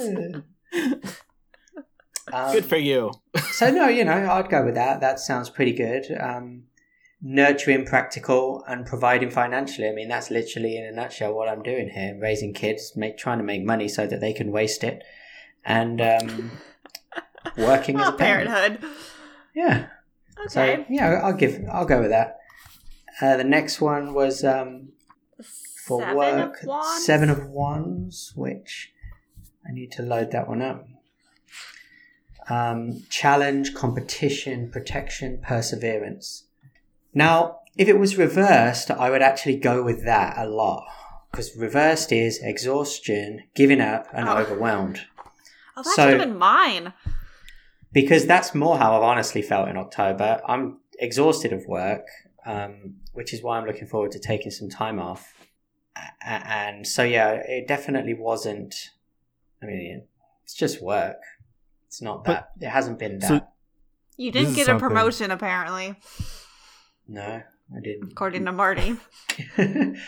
B: Yeah. Um,
A: Good for you.
B: so no, you know, I'd go with that. That sounds pretty good. Um, nurturing, practical, and providing financially. I mean, that's literally in a nutshell what I'm doing here: raising kids, make trying to make money so that they can waste it, and um, working as a
C: Oh,
B: parent.
C: parenthood.
B: Yeah. So
C: Okay.
B: yeah, I'll give. I'll go with that. Uh, the next one was um, for
C: Seven
B: work,
C: of wands.
B: seven of wands, which I need to load that one up. Um, challenge, competition, protection, perseverance. Now, if it was reversed, I would actually go with that a lot because reversed is exhaustion, giving up, and
C: Oh.
B: overwhelmed.
C: Oh, that
B: So-
C: should have been mine.
B: because that's more how I've honestly felt in October. I'm exhausted of work, um, which is why I'm looking forward to taking some time off. A- a- And so, yeah, it definitely wasn't. I mean, it's just work. It's not that.
D: But-
B: it hasn't been that.
D: So-
C: You
D: This
C: didn't
D: is
C: get a
D: something.
C: promotion, apparently,
B: no, I didn't.
C: according to Marty.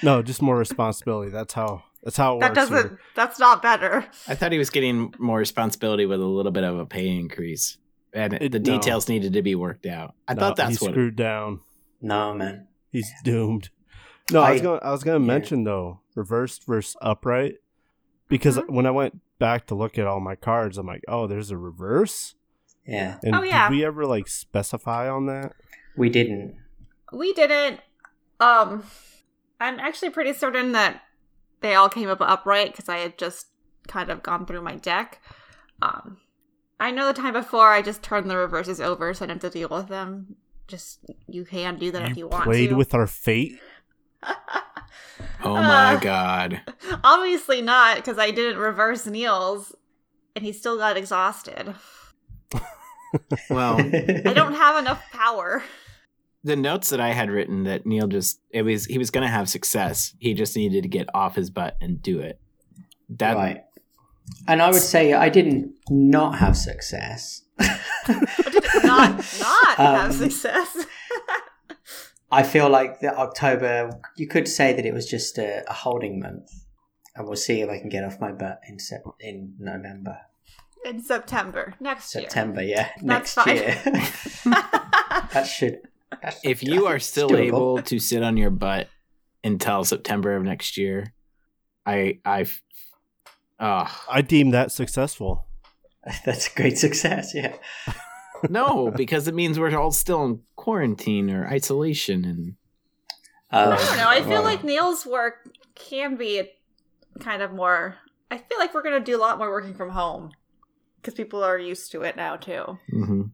D: No, just more responsibility. That's how. That's how it
C: that
D: works.
C: doesn't. That's not better.
A: I thought he was getting more responsibility with a little bit of a pay increase, and
D: It-
A: the
D: no.
A: details needed to be worked out. I
D: No,
A: thought that's
D: he
A: what.
D: screwed down.
B: no, man.
D: He's doomed. No, I, was
B: I-
D: going. I was going to
B: yeah.
D: mention though, reversed versus upright, because
C: Mhm.
D: when I went back to look at all my cards, I'm like, oh, there's a reverse.
B: Yeah,
D: And
C: Oh, yeah.
D: did we ever like specify on that?
B: we didn't.
C: We didn't. Um, I'm actually pretty certain that they all came up upright because I had just kind of gone through my deck. Um, I know the time before I just turned the reverses over, so I didn't have to deal with them. Just you can do that if you want
D: played
C: to.
D: with our fate.
A: Oh my
C: Uh,
A: god!
C: Obviously not, because I didn't reverse Neil's, and he still got exhausted.
A: Well,
C: I don't have enough power.
A: the notes that I had written that Neil just it was he was going to have success. He just needed to get off his butt and do it. That
B: right. And I would say I didn't not have success.
C: Not, not
B: Um,
C: have success.
B: I feel like that October, you could say that it was just a, a holding month, and we'll see if I can get off my butt in sep- in November,
C: In September next year.
B: September, yeah, next
C: That's fine.
B: year. that should. That should
A: if you are still
B: doable.
A: able to sit on your butt until September of next year, I I ah
D: I deem that successful.
B: That's a great success. Yeah.
A: no, because it means we're all still in quarantine or isolation and
B: Um,
C: I don't know. I feel
B: well,
C: like Neil's work can be kind of more. I feel like we're going to do a lot more working from home because people are used to it now too.
A: Mhm.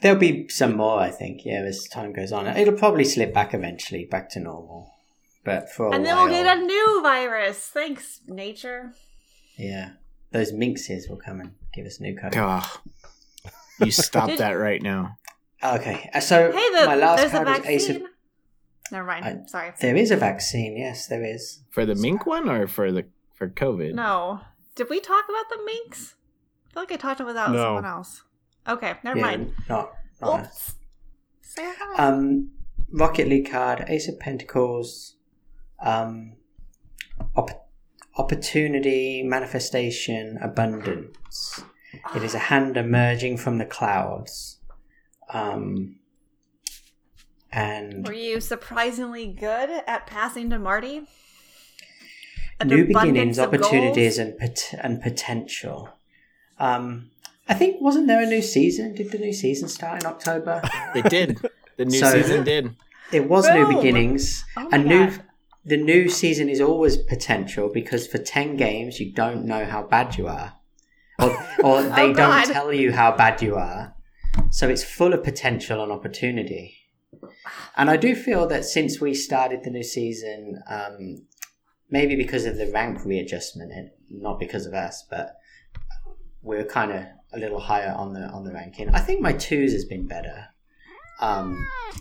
B: there'll be some more. I think. Yeah, as time goes on, it'll probably slip back eventually, back to normal. But for a
C: and then
B: while,
C: we'll get a new virus. Thanks, nature.
B: yeah, those minxes will come and give us new code.
A: Ah. you stop
C: Did-
A: that right now.
B: Okay, uh, so
C: Hey, the,
B: my last
C: there's a
B: card was Ace of
C: vaccine. Never mind.
B: I-
C: Sorry.
B: There is a vaccine, yes, there is.
A: For the mink one or for the for COVID?
C: No. Did we talk about the minks? I feel like I talked about that with
D: No.
C: someone else. Okay, never
B: yeah, uh,
C: mind.
B: not, not nice.
C: Oops. Say hi.
B: Um, Rocket League card, Ace of Pentacles, um, op- opportunity, manifestation, abundance. It is a hand emerging from the clouds. Um, and
C: Were you surprisingly good at passing to Marty? An
B: new
C: abundance
B: beginnings,
C: of goals?
B: opportunities, and pot- and potential. Um, I think wasn't there a new season? Did the new season start in October?
A: It did. The new
B: So-
A: season did.
B: It was
C: Boom.
B: new beginnings.
C: Oh my
B: a new
C: God.
B: the new season is always potential because for ten games you don't know how bad you are, or, or they
C: God.
B: don't tell you how bad you are. So it's full of potential and opportunity. And I do feel that since we started the new season, um, maybe because of the rank readjustment, and not because of us, but we're kind of a little higher on the on the ranking. I think my twos has been better um,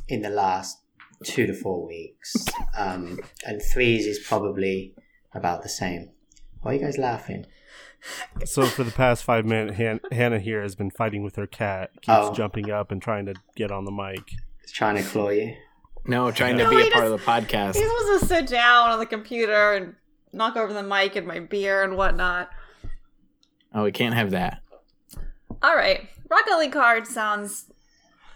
B: in the last two to four weeks, um, and threes is probably about the same. Why are you guys laughing?
D: So for the past five minutes, Han- Hannah here has been fighting with her cat. Keeps
B: Oh.
D: jumping up and trying to get on the mic.
B: It's trying to claw you.
A: No, trying
C: No,
A: to be
C: he
A: a part of the podcast.
C: He's supposed to sit down on the computer and knock over the mic and my beer and whatnot.
A: Oh, we can't have that.
C: All right, Rocket League card sounds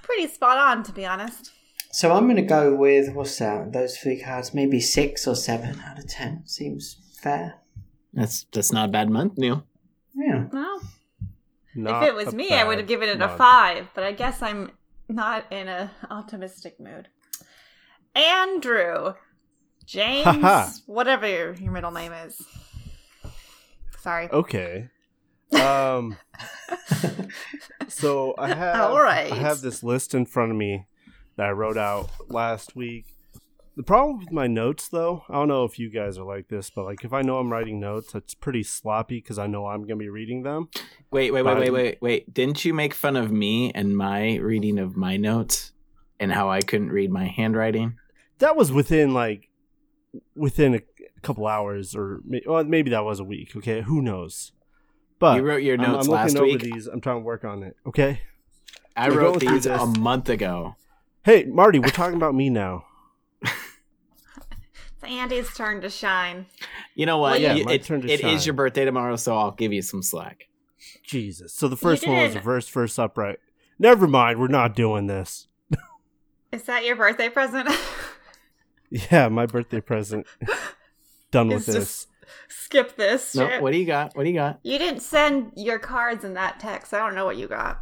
C: pretty spot on, to be honest.
B: So I'm going to go with what's that? Those three cards, maybe six or seven out of ten. Seems fair.
A: That's that's not a bad month, Neil.
B: Yeah.
C: Well,
D: Not
C: if it was
D: a
C: me, I would have
D: bad
C: given it a
D: month.
C: five, but I guess I'm not in an optimistic mood. Andrew,
D: Haha.
C: James, whatever your, your middle name is. Sorry.
D: Okay. Um. so I have
C: All right.
D: I have this list in front of me that I wrote out last week. The problem with my notes, though, I don't know if you guys are like this, but like if I know I'm writing notes, it's pretty sloppy because I know I'm gonna be reading them.
A: Wait, wait, wait,
D: Biden.
A: wait, wait, wait. Didn't you make fun of me and my reading of my notes and how I couldn't read my handwriting?
D: That was within like within a couple hours, or may- well, maybe that was a week. Okay, who knows? But
A: you wrote your
D: I'm- I'm,
A: notes
D: looking
A: last
D: over
A: week.
D: these. I'm trying to work on it. Okay.
A: I
D: We're
A: wrote
D: going through
A: these a
D: this.
A: month ago.
D: Hey, Marty, we're talking about me now.
C: It's Andy's turn to shine.
A: You know what?
C: Well, yeah,
A: You-
D: my
A: it-
D: turn to
A: it
D: shine.
A: is your birthday tomorrow, so I'll give you some slack.
D: Jesus. So the first one was
C: did.
D: reverse, first upright. Never mind, we're not doing this.
C: Is that your birthday present?
D: Yeah, my birthday present. Done with
C: It's
D: this.
C: just- Skip this.
A: No,
C: shit.
A: what do you got? What do you got?
C: You didn't send your cards in that text. I don't know what you got.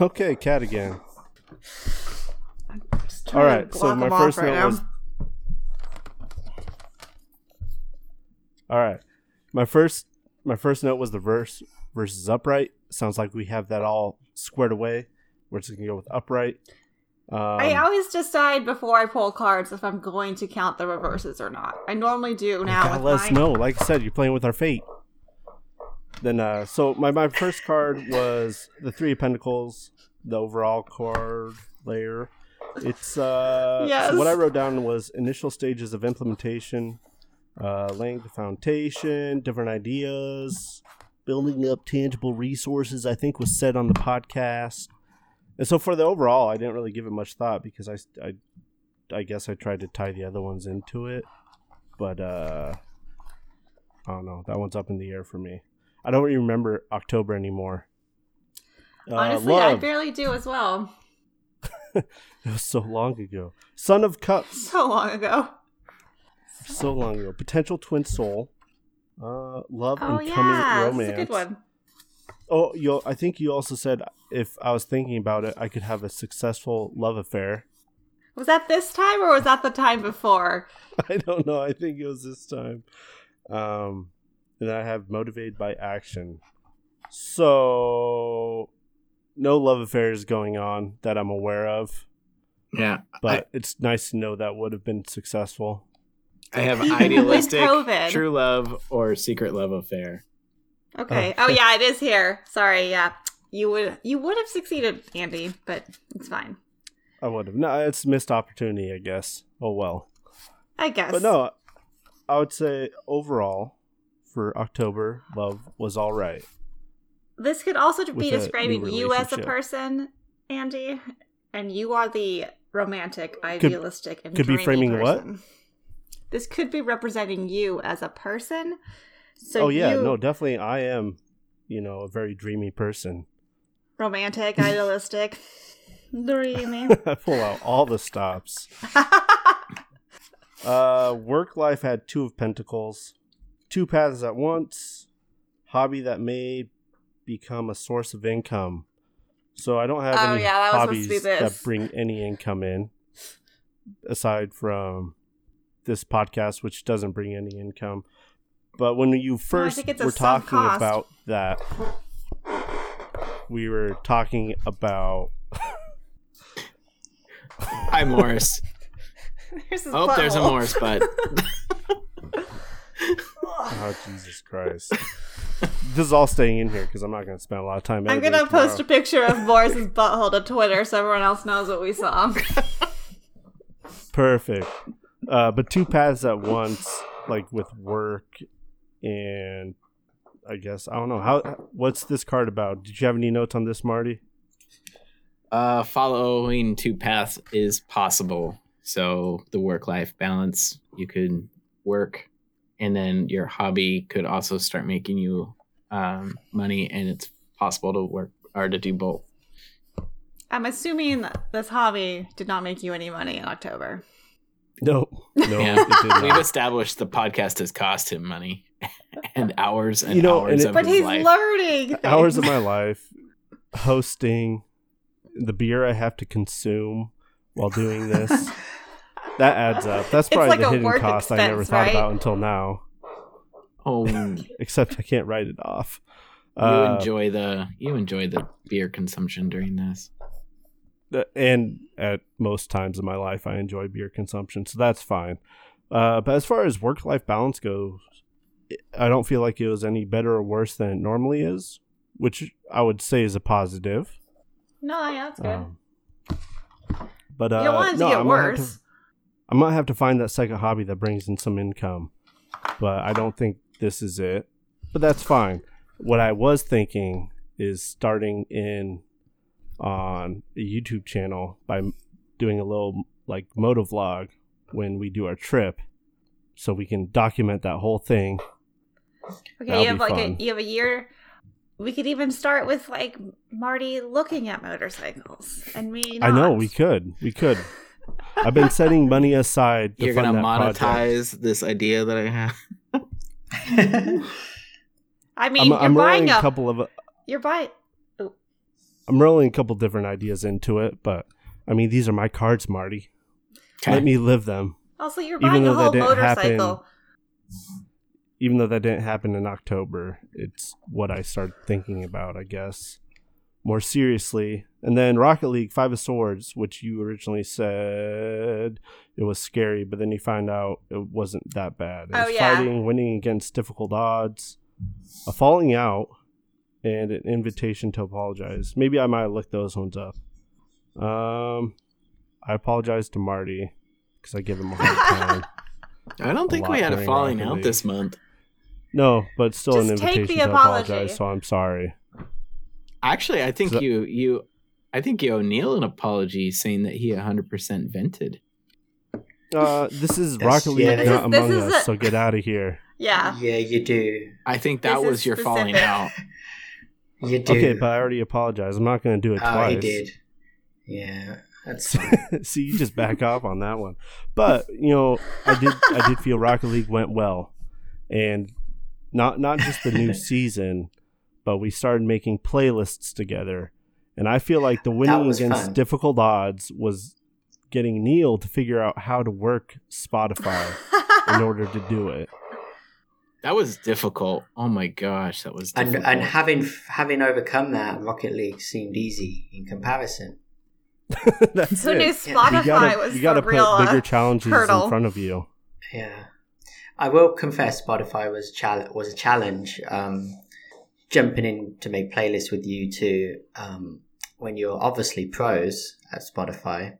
D: Okay, cat again.
C: Just
D: All
C: trying
D: right.
C: to
D: So
C: block
D: my
C: them off
D: first
C: right
D: note
C: now.
D: was. All right, my first my first note was the verse versus upright. Sounds like we have that all squared away. We're just gonna go with upright. Um,
C: I always decide before I pull cards if I'm going to count the reverses or not. I normally do now.
D: God,
C: with
D: let us
C: mine.
D: know. Like I said, you're playing with our fate. Then, uh, so my, my first card was the Three of Pentacles, the overall card layer. It's uh,
C: Yes.
D: so what I wrote down was initial stages of implementation, uh, laying the foundation, different ideas, building up tangible resources. I think was said on the podcast. And so for the overall, I didn't really give it much thought because I, I, I guess I tried to tie the other ones into it, but uh, I don't know. That one's up in the air for me. I don't even remember October anymore. Uh,
C: Honestly, I
D: love.
C: barely do as well.
D: It was so long ago. Son of Cups.
C: So long ago.
D: So long ago. Potential twin soul. Uh, love
C: Oh
D: and coming
C: yeah,
D: romance.
C: that's a good one.
D: Oh, you. I think you also said if I was thinking about it, I could have a successful love affair.
C: Was that this time or was that the time before?
D: I don't know. I think it was this time. Um, and I have motivated by action. So, no love affairs going on that I'm aware of.
A: Yeah,
D: But it's nice to know that would have been successful.
A: I have
C: Even with
A: idealistic,
C: COVID.
A: true love, or secret love affair.
C: Okay.
D: Oh.
C: Oh. yeah, it is here. Sorry. Yeah, you would you would have succeeded, Andy, but it's fine.
D: I would have. No, it's missed opportunity, I guess. Oh well.
C: I guess.
D: But no, I would say overall for October, love was all right.
C: This could also be
D: With a
C: describing
D: new
C: you as a
D: relationship.
C: person, Andy, and you are the romantic, idealistic, and
D: could be
C: dreamy
D: framing what?
C: person. This could be representing you as a person. So
D: Oh yeah,
C: you,
D: no, definitely I am, you know, a very dreamy person.
C: romantic, idealistic, dreamy.
D: I pull out all the stops. Uh work life had two of pentacles, two paths at once, hobby that may become a source of income. So I don't have
C: Oh,
D: any
C: yeah, that was supposed
D: hobbies
C: to be
D: that
C: this.
D: bring any income in aside from this podcast which doesn't bring any income. But when you first
C: think it's a
D: were
C: sunk
D: talking
C: cost.
D: about that we were talking about
A: Hi, Morris.
C: There's his
A: oh, there's a
C: butthole.
A: Morris butt.
D: Oh Jesus Christ! this is all staying in here because I'm not going to spend a lot of time.
C: I'm
D: editing
C: gonna post a
D: tomorrow.
C: picture of Boris's butthole to Twitter so everyone else knows what we saw.
D: perfect, uh, but two paths at once, like with work and I guess I don't know how. What's this card about? Did you have any notes on this, Marty?
A: Uh, following two paths is possible. So the work life balance, you could work, and then your hobby could also start making you um, money, and it's possible to work or to do both.
C: I'm assuming that this hobby did not make you any money in October.
D: No, no,
A: Yeah.
D: it did
A: We've
D: not.
A: established the podcast has cost him money and hours and
D: You know, and
A: hours
D: it-
A: of
C: But
A: his
C: he's
A: life.
C: learning.
D: hours of
C: things.
D: my life hosting the beer I have to consume while doing this. that adds up. That's
C: It's
D: probably
C: like
D: the
C: a
D: hidden
C: work
D: cost I never
C: expense,
D: thought
C: right?
D: about until now.
A: oh, you
D: except I can't write it off. Uh,
A: enjoy the you enjoy the beer consumption during this.
D: th- and at most times in my life, I enjoy beer consumption, so that's fine. Uh, but as far as work life balance goes, I don't feel like it was any better or worse than it normally is, which I would say is a positive.
C: No, yeah, that's good.
D: Um, but
C: you
D: uh,
C: don't want it to
D: no,
C: get
D: I'm gonna have to-
C: worse.
D: I might have to find that second hobby that brings in some income, but I don't think this is it. But that's fine. What I was thinking is starting in on a YouTube channel by m- doing a little like moto vlog when we do our trip, so we can document that whole thing.
C: Okay,
D: That'll
C: you have
D: be
C: like
D: fun.
C: a you have a year. We could even start with like Marty looking at motorcycles and me.
D: I know
C: not.
D: we could, we could. I've been setting money aside. To
A: You're
D: fund
A: gonna
D: that
A: monetize
D: project.
A: this idea that I have.
C: I mean,
D: I'm,
C: you're buying
D: I'm rolling
C: a.
D: a couple of
C: You're buying.
D: I'm rolling a couple different ideas into it, but I mean these are my cards, Marty. Let me live them.
C: Also, you're
D: Even
C: buying a
D: though that
C: whole
D: didn't happen-
C: motorcycle.
D: Even though that didn't happen in October, it's what I started thinking about, I guess, more seriously. And then Rocket League Five of Swords, which you originally said it was scary, but then you find out it wasn't that bad. It
C: Oh,
D: was
C: yeah.
D: fighting, winning against difficult odds, a falling out, and an invitation to apologize. Maybe I might look those ones up. Um, I apologize to Marty because I give him a hard time.
A: I don't think
D: lot
A: we had a
D: during
A: falling
D: Rocket
A: out
D: League.
A: this month.
D: No, but still an
C: Just take the
D: invitation to
C: apology.
D: apologize. So I'm sorry.
A: Actually, I think
D: So-
A: you you I think you owe Neil an apology saying that he 100% vented.
D: Uh, this is
B: Yes,
D: Rocket League,
B: yeah.
D: not
B: This
C: is-
D: Among
C: this
D: Us.
C: is a-
D: so get out of here.
C: Yeah.
B: yeah, you do.
A: I think that
C: This is
A: was your falling
C: specific.
A: out.
B: You do.
D: Okay, but I already apologized. I'm not going to do it
B: oh,
D: twice.
B: he did. Yeah, that's fine.
D: See, you just back off on that one. But you know, I did. I did feel Rocket League went well, and not not just the new season, but we started making playlists together, and I feel like the winning
B: was
D: against
B: fun.
D: difficult odds was getting Neil to figure out how to work Spotify in order to do it.
A: That was difficult. Oh my gosh, that was
B: and
A: difficult.
B: and having having overcome that, Rocket League seemed easy in comparison.
D: That's
C: Who
D: it.
C: knew Spotify
D: you gotta,
C: was
D: you gotta
C: the real
D: put bigger
C: uh,
D: challenges
C: hurdle.
D: in front of you.
B: Yeah, I will confess, Spotify was chal- was a challenge. Um, jumping in to make playlists with you two um, when you're obviously pros at Spotify.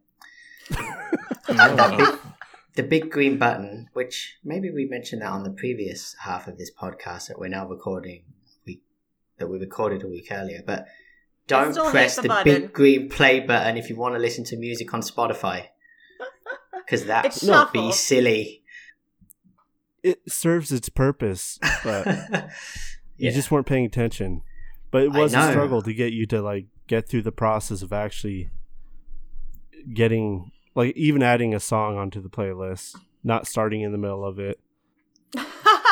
B: And that big, the big green button, which maybe we mentioned that on the previous half of this podcast that we're now recording. We that we recorded a week earlier. But don't
C: still hit
B: press
C: the
B: the,
C: button.
B: big green play button if you want to listen to music on Spotify, because that
C: It's
B: would be
C: shuffle.
B: silly.
D: It serves its purpose, but you
B: Yeah.
D: just weren't paying attention. But it
B: I
D: was a
B: know.
D: struggle to get you to like get through the process of actually getting like even adding a song onto the playlist, not starting in the middle of it.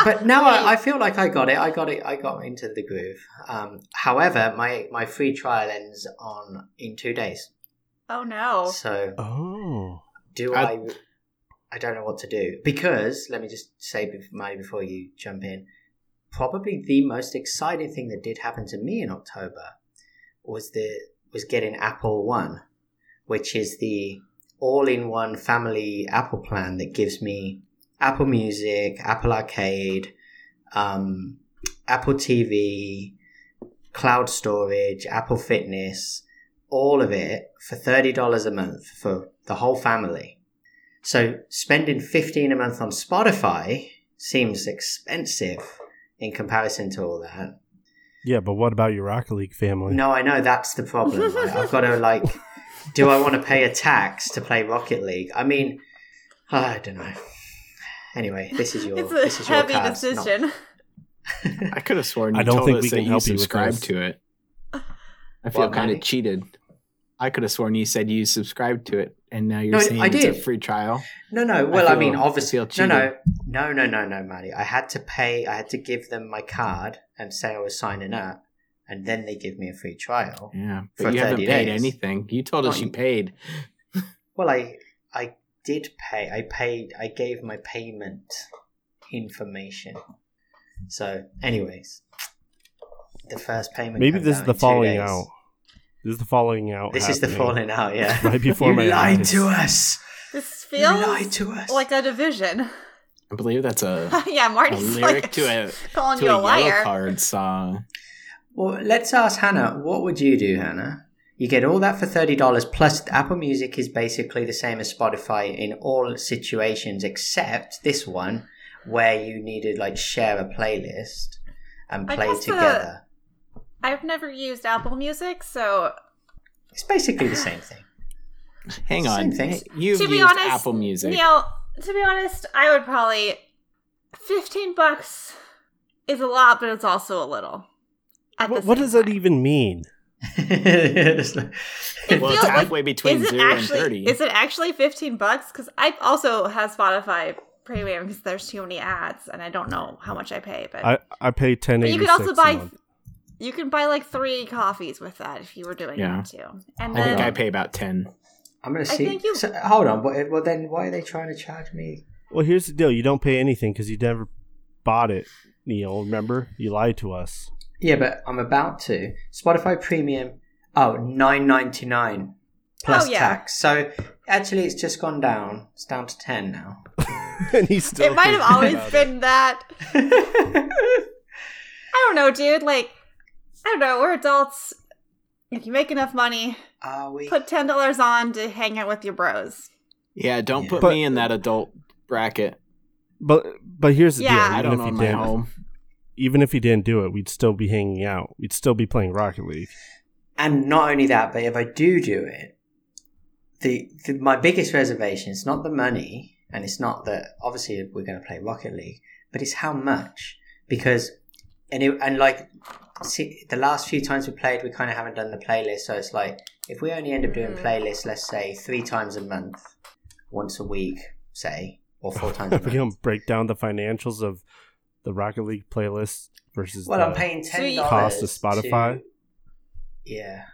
B: but no, I, I feel like I got it. I got it. I got into the groove. Um, however, my my free trial ends on in two days.
C: oh no.
B: So
D: Oh.
B: do
A: I-
B: I, I? don't know what to do because let me just say, bef- Marty, before you jump in, probably the most exciting thing that did happen to me in October was the was getting Apple One, which is the all-in-one family Apple plan that gives me Apple Music, Apple Arcade, um, Apple TV, cloud storage, Apple Fitness, all of it for thirty dollars a month for the whole family. So spending fifteen a month on Spotify seems expensive in comparison to all that.
D: Yeah, but what about your Rocket League family?
B: No, I know that's the problem. Like, I've got to like, do I want to pay a tax to play Rocket League? I mean, I don't know. Anyway, this is your
C: It's a
B: this is your
C: heavy
B: cards, not-
C: decision.
A: I could have sworn you
D: I don't
A: told
D: think
A: us
D: we
A: that
D: can
A: you
D: help you with
A: subscribed
D: this.
A: to it. I feel
B: What,
A: kind
B: Manny?
A: of cheated. I could have sworn you said you subscribed to it, and now you're
B: No,
A: saying
B: I
A: it's a
B: did.
A: free trial.
B: No, no. Well, I,
A: feel-
B: mean,
A: I
B: obviously,
A: feel
B: no, no, no, no, no, no, Maddie. I had to pay. I had to give them my card and say I was signing up, and then they give me a free trial.
A: Yeah, but
B: For
A: you haven't
B: 30
A: paid
B: days.
A: anything. You told us
B: Well,
A: you
B: you-
A: paid.
B: Well, I, I did pay. I paid. I gave my payment information. So, anyways, the first payment.
D: Maybe
B: comes
D: this is
B: out
D: the
B: in two
D: falling
B: days.
D: out. This is the falling out.
B: This is the
D: happening.
B: falling out. Yeah.
D: Right before
B: you
D: my
B: lied
D: eyes.
B: to us.
C: This
B: You lied
C: feels
B: to us.
C: like a division.
A: I believe that's a,
C: yeah,
A: a
C: Marty's
A: lyric
C: like
A: to a
C: calling
A: to
C: you
A: a
C: a
A: yellow
C: liar.
A: card song.
B: Well, let's ask Hannah, what would you do, Hannah? You get all that for $30, plus Apple Music is basically the same as Spotify in all situations except this one where you need to like share a playlist and
C: I
B: play
C: guess uh, the-
B: together.
C: I've never used Apple Music, so
B: It's basically the same thing.
A: Hang
B: Same
A: on,
B: thing.
A: Hey, you've
C: to be
A: used
C: honest,
A: Apple Music.
C: Neil, to be honest, I would probably fifteen bucks is a lot, but it's also a little. at the
D: What, what
C: same
D: does that
C: time.
D: even mean?
B: It's like-
C: It
A: well, it's
C: feels like-
A: halfway between
C: is it
A: zero
C: actually
A: and thirty.
C: is it actually fifteen bucks? Because I also have Spotify Premium because there's too many ads, and I don't know how much I pay. But,
D: I, I pay ten
C: but
D: eighty
C: you
D: six.
C: could also buy you can buy like three coffees with that if you were doing
A: Yeah.
C: that too. And
A: I
C: then
A: think I pay about ten.
B: I'm going to
C: I
B: see.
C: think you-
B: So, hold on. What, well, then why are they trying to charge me?
D: Well, here's the deal: you don't pay anything because you never bought it. Neil, remember you lied to us.
B: Yeah, but I'm about to. Spotify Premium, oh, nine ninety nine plus
C: Oh, yeah.
B: tax. So actually, it's just gone down. It's down to ten now.
D: and he still.
C: it might have
D: thinks
C: always
D: about it.
C: been that. I don't know, dude. Like, I don't know. We're adults. If you make enough money,
B: Are we?
C: put ten dollars on to hang out with your bros.
A: Yeah, don't
B: Yeah.
A: put
D: But-
A: me in that adult bracket.
D: But but here's the
C: Yeah.
D: deal:
A: I
D: even
A: don't
D: if
A: own
D: he
A: my
D: didn't,
A: home.
D: even if he didn't do it, we'd still be hanging out. We'd still be playing Rocket League.
B: and not only that, but if I do do it, the, the my biggest reservation is not the money, and it's not that obviously we're going to play Rocket League, but it's how much because and it, and like see, the last few times we played, we kind of haven't done the playlist, so it's like if we only end up doing
C: Mhm.
B: playlists, let's say three times a month, once a week, say, or four times
D: We're
B: a
D: gonna
B: month.
D: break down the financials of the Rocket League playlist versus.
B: Well,
D: the,
B: I'm paying ten
C: Sweet.
B: dollars.
D: Cost of uh, Spotify?
B: yeah.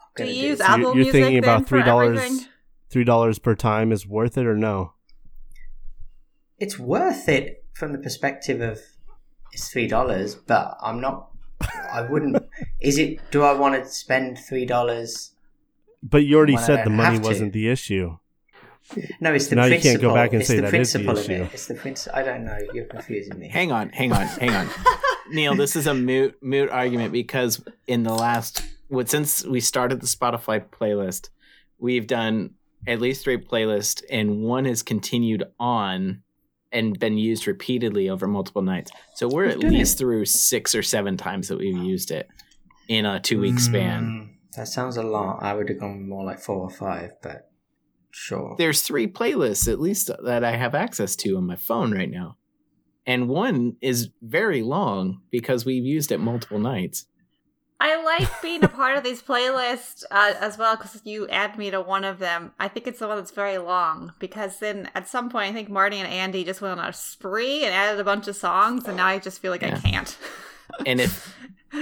B: I'm
C: Do
B: gonna
C: you use
B: that.
D: So you're-
C: Apple
D: you're
C: Music
D: thinking about
C: then for
D: $3.
C: everything?
D: three dollars per time is worth it or no?
B: it's worth it from the perspective of it's three dollars, but I'm not. I wouldn't. is it? Do I want to spend three dollars?
D: But you already
B: Well, I
D: said the
B: don't
D: money
B: have to.
D: wasn't the issue.
B: No, it's the
D: Now you can't
B: principle.
D: go back and
B: it's
D: say
B: the
D: that is the
B: principle of
D: issue.
B: it. It's the principle. I don't know. You're confusing me.
A: Hang on, hang on, hang on. Neil, this is a moot moot argument because in the last what since we started the Spotify playlist, we've done at least three playlists and one has continued on and been used repeatedly over multiple nights. So we're at
B: Good.
A: least through six or seven times that we've used it in a two
B: Hmm.
A: week span.
B: Mm, that sounds a lot. I would have gone more like four or five, but sure.
A: There's three playlists at least that I have access to on my phone right now. And one is very long because we've used it multiple nights.
C: I like being a part of these playlists uh, as well because you add me to one of them. I think it's the one that's very long because then at some point I think Marty and Andy just went on a spree and added a bunch of songs, and now I just feel like
A: Yeah.
C: I can't.
A: And if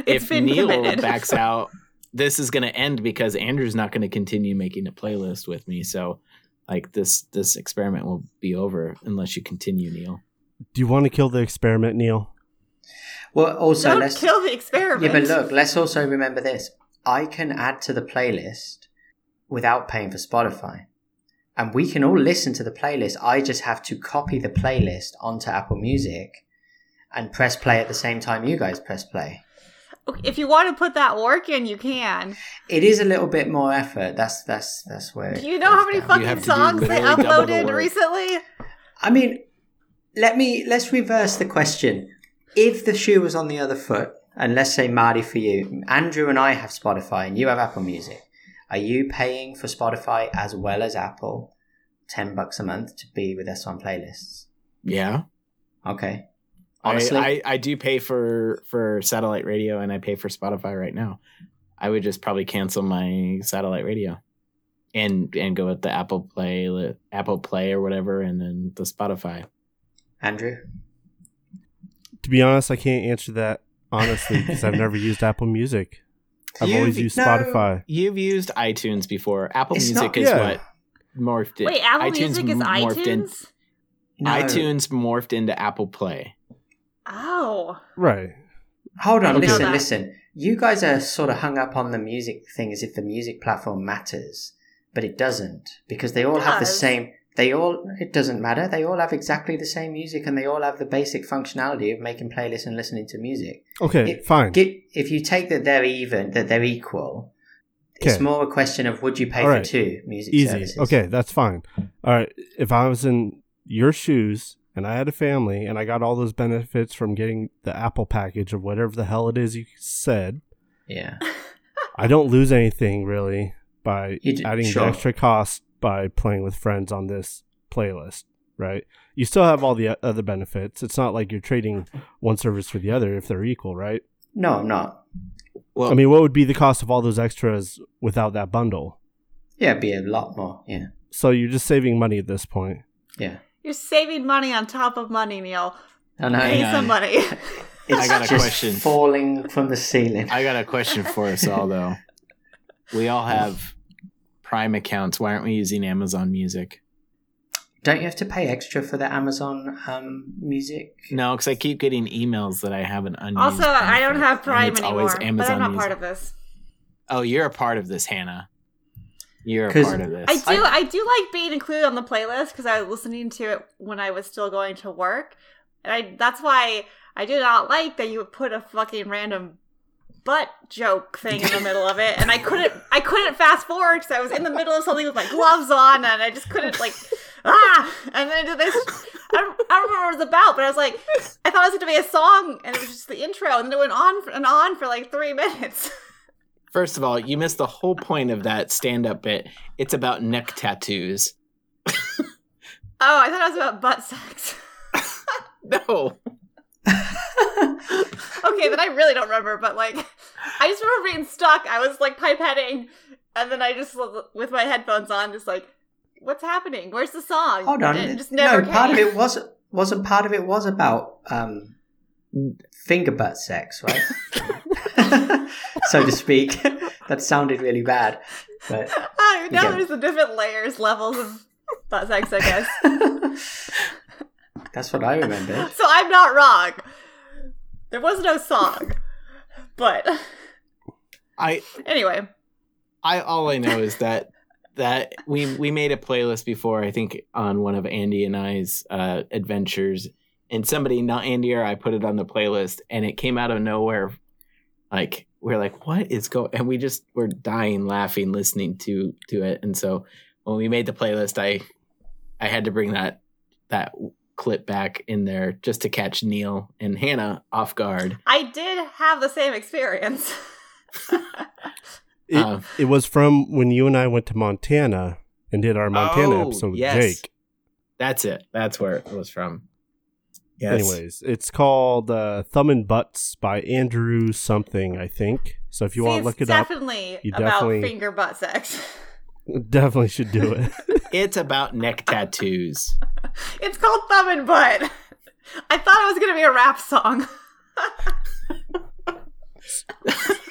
C: It's
A: if
C: been
A: Neil
C: committed.
A: backs out, this is going to end because Andrew's not going to continue making a playlist with me. So, like this this experiment will be over unless you continue, Neil.
D: Do you want to kill the experiment, Neil?
B: Well, also
C: Don't
B: let's
C: kill the experiment.
B: yeah, but look, let's also remember this. I can add to the playlist without paying for Spotify, and we can all listen to the playlist. I just have to copy the playlist onto Apple Music and press play at the same time you guys press play.
C: Oh, If you want to put that work in, you can.
B: It is a little bit more effort. That's that's that's where. it
C: Do you know how
B: goes
C: many
B: down.
A: You have
C: fucking
A: to do
C: songs they
A: literally double the
C: uploaded
A: work.
C: recently?
B: I mean, let me let's reverse the question. If the shoe was on the other foot, and let's say Marty for you, Andrew and I have Spotify, and you have Apple Music. Are you paying for Spotify as well as Apple, ten bucks a month to be with us on playlists?
A: Yeah,
B: Okay.
A: I-
B: Honestly,
A: I, I do pay for for satellite radio and I pay for Spotify right now. I would just probably cancel my satellite radio and and go with the Apple Play Apple Play or whatever, and then the Spotify.
B: Andrew.
D: To be honest, I can't answer that honestly because I've never used Apple Music. I've
A: You've-
D: always used
B: no.
D: Spotify.
A: You've used iTunes before. Apple
B: It's
A: Music
B: not-
A: is
D: yeah.
A: what morphed it.
C: Wait, Apple Music is
A: m- morphed in-
C: iTunes.
B: No.
A: iTunes morphed into Apple Play.
C: Oh,
D: Right.
B: Hold on,
A: Okay.
B: listen,
C: Now that-
B: listen. You guys are sort of hung up on the music thing as if the music platform matters, but it doesn't because they all
C: It
B: have the
C: does.
B: same. They all it doesn't matter. They all have exactly the same music, and they all have the basic functionality of making playlists and listening to music.
D: Okay.
B: It-
D: fine.
B: Get, if you take that they're even, that they're equal. It's
D: Okay.
B: more a question of would you pay
D: All
B: for
D: right.
B: two music
D: Easy.
B: services?
D: Okay, that's fine. All right. If I was in your shoes and I had a family and I got all those benefits from getting the Apple package or whatever the hell it is you said,
B: Yeah.
D: I don't lose anything really by
B: You d-
D: adding
B: sure.
D: the extra cost by playing with friends on this playlist, right? You still have all the o- other benefits. It's not like you're trading one service for the other if they're equal, right?
B: No, I'm not.
A: Well,
D: I mean, what would be the cost of all those extras without that bundle?
B: Yeah, it'd be a lot more. Yeah.
D: So you're just saving money at this point.
B: Yeah.
C: you're saving money on top of money, Neil.
B: I know.
A: Hang
C: Pay
A: on.
C: some money.
B: It's
A: I got a
B: just
A: question.
B: falling from the ceiling.
A: I got a question for us all though. We all have Prime accounts. Why aren't we using Amazon Music?
B: Don't you have to pay extra for the Amazon um, music?
A: No, because I keep getting emails that I haven't unused.
C: also, I don't
A: benefit,
C: have
A: Mm, and
C: Prime
A: it's
C: anymore,
A: always
C: but I'm
A: Amazon
C: not
A: Music.
C: part of this.
A: Oh, you're a part of this, Hannah. You're a
B: 'Cause
A: part of this.
C: I do. I, do like being included on the playlist because I was listening to it when I was still going to work, and I. That's why I do not like that you would put a fucking random butt joke thing in the middle of it, and I couldn't. I couldn't fast forward because I was in the middle of something with my gloves on, and I just couldn't like. Ah, and then I did this. I don't, I don't remember what it was about, but I was like, I thought it was going to be a song, and it was just the intro, and then it went on and on for like three minutes.
A: First of all, you missed the whole point of that stand-up bit. It's about neck tattoos.
C: Oh, I thought it was about butt sex.
A: No,
C: Okay, then I really don't remember, but like, I just remember being stuck. I was like pipetting, and then I just with my headphones on, just like, what's happening? Where's the song?
B: Hold on.
C: And it just never
B: no,
C: came.
B: part of it was wasn't part of it was about um, finger butt sex, right? so to speak. that sounded really bad, but
C: oh, now
B: Yeah.
C: there's the different layers, levels of butt sex, I guess.
B: that's what I remembered.
C: so I'm not wrong. There was no song, but
A: I
C: anyway,
A: I all I know is that that we we made a playlist before I think on one of Andy and I's uh, adventures, and somebody not Andy or I put it on the playlist, and it came out of nowhere. Like we're like, what is going? And we just were dying laughing listening to to it, and so when we made the playlist, I I had to bring that that clip back in there just to catch Neil and Hannah off guard.
C: I did have the same experience.
D: It,
A: Uh,
D: it was from when you and I went to Montana and did our Montana
A: Oh,
D: episode with
A: yes.
D: Jake.
A: That's it. That's where it was from.
D: Anyways, it's called uh, Thumb and Butts by Andrew something, I think. So if you
C: See,
D: want to
C: it's
D: look it
C: definitely
D: you
C: about
D: definitely-
C: finger butt sex.
D: up, definitely should do it.
A: It's about neck tattoos.
C: It's called Thumb and Butt. I thought it was gonna be a rap song.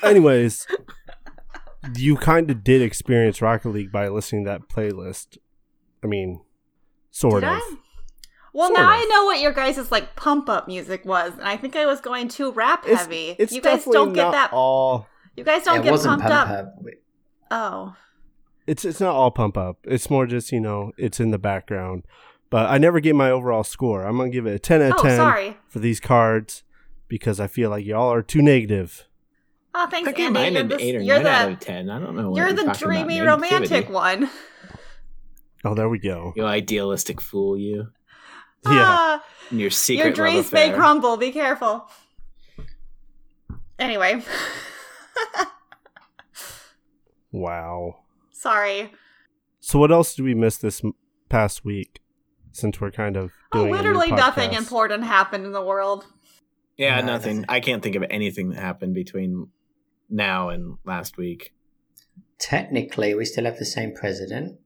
D: Anyways, you kind of did experience Rocket League by listening to that playlist. I mean, sort
C: Did
D: of.
C: I? Well,
D: Sort
C: now
D: of.
C: I know what your guys' like pump up music was, and I think I was going too rap
D: It's-
C: heavy.
D: It's
C: you guys
D: definitely
C: don't get
D: not
C: that.
D: all.
C: You guys don't
B: Yeah, it
C: get
B: wasn't
C: pumped
B: pump
C: up.
B: up.
C: Oh,
D: It's it's not all pump up. It's more just you know it's in the background. But I never get my overall score. I'm gonna give it a ten out of
C: oh,
D: ten
C: sorry.
D: for these cards because I feel like y'all are too negative.
C: Oh, thanks,
A: I gave
C: Andy.
A: mine
C: you're
A: an
C: the,
A: eight or
C: you're
A: nine
C: the,
A: out of ten. I don't know. what
C: you're
A: you're
C: the
A: talking about,
C: dreamy
A: negativity.
C: romantic one.
D: Oh, there we go.
A: You idealistic fool, you.
D: Yeah,
C: Ah,
A: And your secret
C: your dreams
A: love affair.
C: may crumble. Be careful. Anyway,
D: wow.
C: sorry.
D: So what else did we miss this m- past week? Since we're kind of
C: Oh,
D: doing a new
C: literally nothing
D: podcast?
C: important happened in the world.
A: Yeah,
B: Nah,
A: nothing. I can't think of anything that happened between now and last week.
B: Technically, we still have the same president.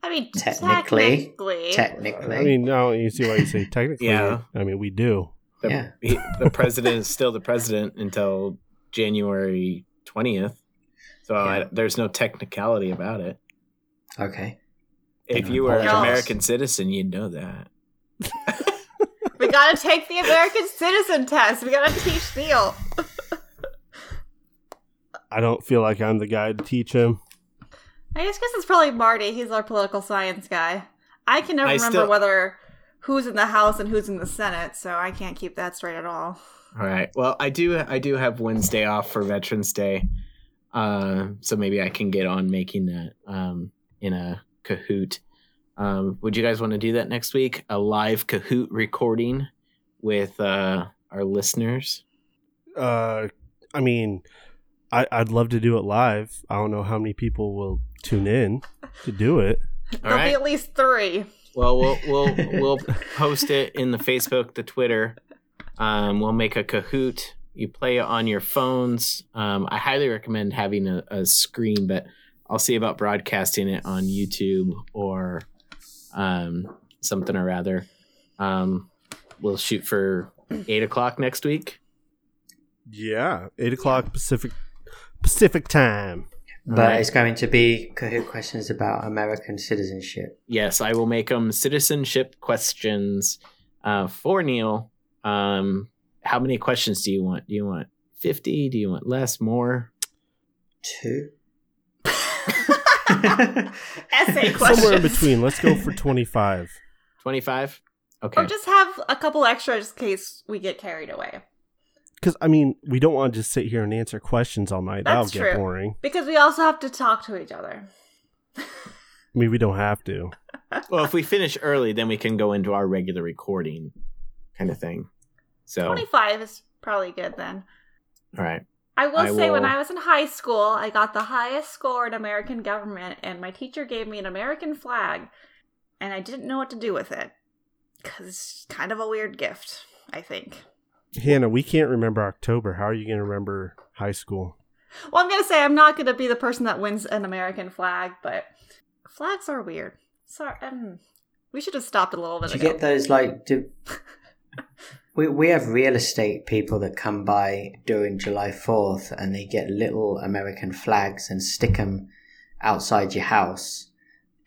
C: I mean,
B: Technically.
C: technically.
B: Technically.
D: I mean, no, you see why you say technically.
A: Yeah.
D: I mean, we do.
A: The,
B: Yeah.
A: he- the president is still the president until January twentieth. So I,
B: Yeah.
A: there's no technicality about it.
B: okay.
A: If
B: Yeah,
A: you were an
C: apologize.
A: American citizen, you'd know that.
C: we gotta take the American citizen test. We gotta teach Neil.
D: I don't feel like I'm the guy to teach him.
C: I guess because it's probably Marty. He's our political science guy. I can never
A: I
C: remember
A: still-
C: whether who's in the House and who's in the Senate, so I can't keep that straight at all.
A: All right. Well, I do. I do have Wednesday off for Veterans Day, uh, so maybe I can get on making that um, in a Kahoot. Um, would you guys want to do that next week? A live Kahoot recording with uh, our listeners.
D: Uh, I mean, I, I'd love to do it live. I don't know how many people will tune in to do it.
A: All
C: There'll be
A: right.
C: at least three.
A: Well, we'll we'll we'll post it in the Facebook, the Twitter. Um, we'll make a Kahoot. You play it on your phones. Um, I highly recommend having a, a screen, but I'll see about broadcasting it on YouTube or um, something or rather. Um, we'll shoot for eight o'clock next week.
D: Yeah, eight o'clock Pacific Pacific time.
B: But
A: Alright.
B: it's going to be Kahoot questions about American citizenship.
A: Yes, I will make them citizenship questions uh, for Neil. Um, how many questions do you want? Do you want 50? Do you want less, more?
B: Two.
C: Essay
D: Somewhere in
C: questions.
D: between. Let's go for twenty-five.
A: 25? Okay.
C: Or just have a couple extra just in case we get carried away.
D: Because I mean, we don't want to just sit here and answer questions all night. That'll
C: That's
D: get
C: true.
D: boring.
C: Because we also have to talk to each other.
D: I mean, we don't have to.
A: well, if we finish early, then we can go into our regular recording kind of thing.
D: Oh.
A: So,
C: 25 is probably good then.
A: all right.
C: I will
A: I
C: say, when
A: will-
C: I was in high school, I got the highest score in American government, and my teacher gave me an American flag, and I didn't know what to do with it. Because it's kind of a weird gift, I think.
D: Hannah, we can't remember October. How are you going to remember high school?
C: Well, I'm going to say I'm not going to be the person that wins an American flag, but flags are weird. Sorry. Um, we should have stopped a little bit
B: Do you
C: ago.
B: get those like do we we have real estate people that come by during July Fourth and they get little American flags and stick them outside your house.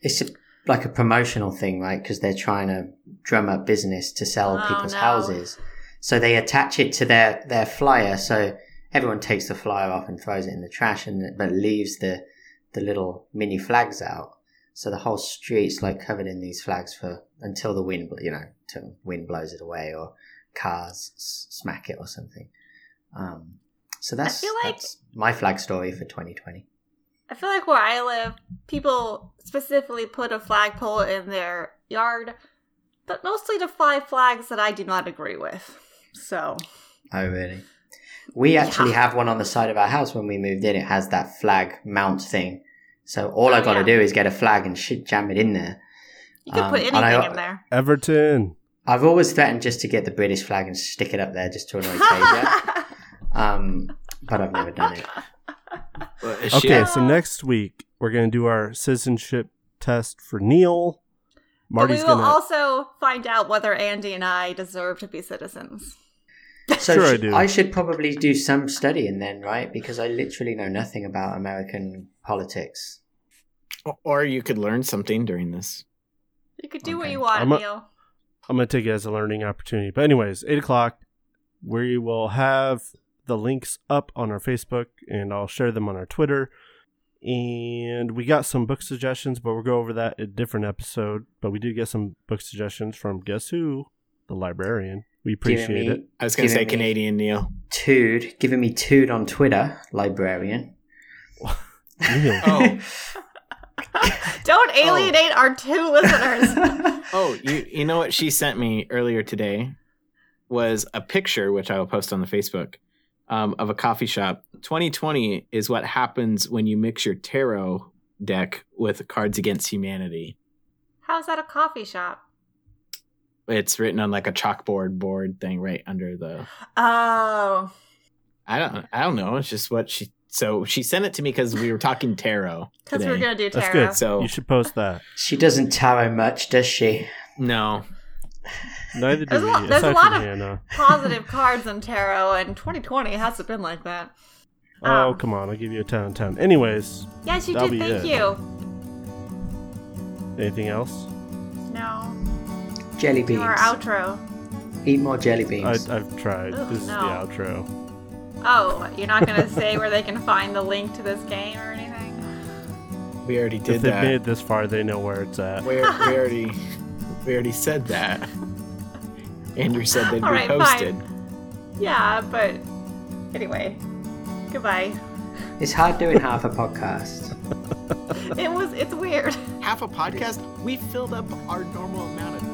B: It's a, like a promotional thing, right? Because they're trying to drum up business to sell
C: Oh,
B: people's
C: no.
B: houses. So they attach it to their their flyer. So everyone takes the flyer off and throws it in the trash, and but leaves the the little mini flags out. So the whole street's like covered in these flags for until the wind, bl- you know, till wind blows it away or cars s- smack it or something. Um, so that's,
C: feel like-
B: that's my flag story for 2020.
C: I feel like where I live, people specifically put a flagpole in their yard, but mostly to fly flags that I do not agree with. So
B: Oh, really? We actually have one on the side of our house when we moved in. It has that flag mount thing. So all I
C: Oh,
B: got to
C: yeah.
B: do is get a flag and shit, jam it in there.
C: you could
B: Um,
C: put
B: and
C: anything
B: I-
C: in there.
D: Everton.
B: I've always threatened just to get the British flag and stick it up there just to annoy Tasia. um, but I've never done it.
D: Okay,
C: Yeah.
D: so next week we're gonna do our citizenship test for Neil.
C: but we
D: Marty's
C: will
D: gonna.
C: also find out whether Andy and I deserve to be citizens.
B: So
D: Sure I
B: sh-
D: do.
B: I should probably do some studying then, right? Because I literally know nothing about American politics.
A: Or you could learn something during this.
C: You could do what
B: Okay.
C: you want,
D: I'm a-
C: Neil.
D: I'm gonna take it as a learning opportunity. But anyways, eight o'clock. We will have the links up on our Facebook, and I'll share them on our Twitter. And we got some book suggestions, but we'll go over that in a different episode. But we did get some book suggestions from guess who? The librarian. We appreciate
B: giving
D: it.
B: me
A: I was going to
B: Giving
A: say
B: me-
A: Canadian Neil.
B: tood, giving me tood on Twitter, librarian.
D: Neil.
A: Oh.
C: Don't
B: Oh.
C: alienate our two listeners.
A: Oh, you you know what she sent me earlier today was a picture which I will post on the Facebook um, of a coffee shop. 2020 is what happens when you mix your tarot deck with Cards Against Humanity.
C: How's that a coffee shop?
A: It's written on like a chalkboard board thing right under the
C: Oh,
A: I don't I don't know. It's just what she so she sent it to me because we were talking tarot
C: because
A: today.
C: we're gonna do
D: That's
C: tarot.
D: good.
A: So-
D: you should post that.
B: she doesn't tarot much, does she?
A: no,
D: Neither do
C: There's a
D: we.
C: lot- there's a
D: aside
C: lot
D: from
C: of-
D: Hannah.
C: Positive cards in tarot, and 2020 hasn't been like that.
D: Oh
C: um,
D: come on! I'll give you a ten out of ten. Anyways,
C: Yes, you
D: That'll
C: did.
D: be
C: Thank
D: it.
C: you.
D: anything else?
C: No,
B: Jelly beans.
C: you our outro.
B: Eat more jelly
D: I,
B: beans.
D: I've tried.
C: Ugh, no.
D: this is the outro.
C: Oh, you're not gonna say where they can find the link to this game or anything?
A: we already
D: if
A: did
D: they've
A: that.
D: made it this far, they know where it's at.
A: we, we already we already said that. Andrew said they'd
C: All
A: be
C: right, fine.
A: posted.
C: Yeah, but anyway, goodbye.
B: it's hard doing half a podcast.
C: It was. It's weird.
A: half a podcast, we filled up our normal amount of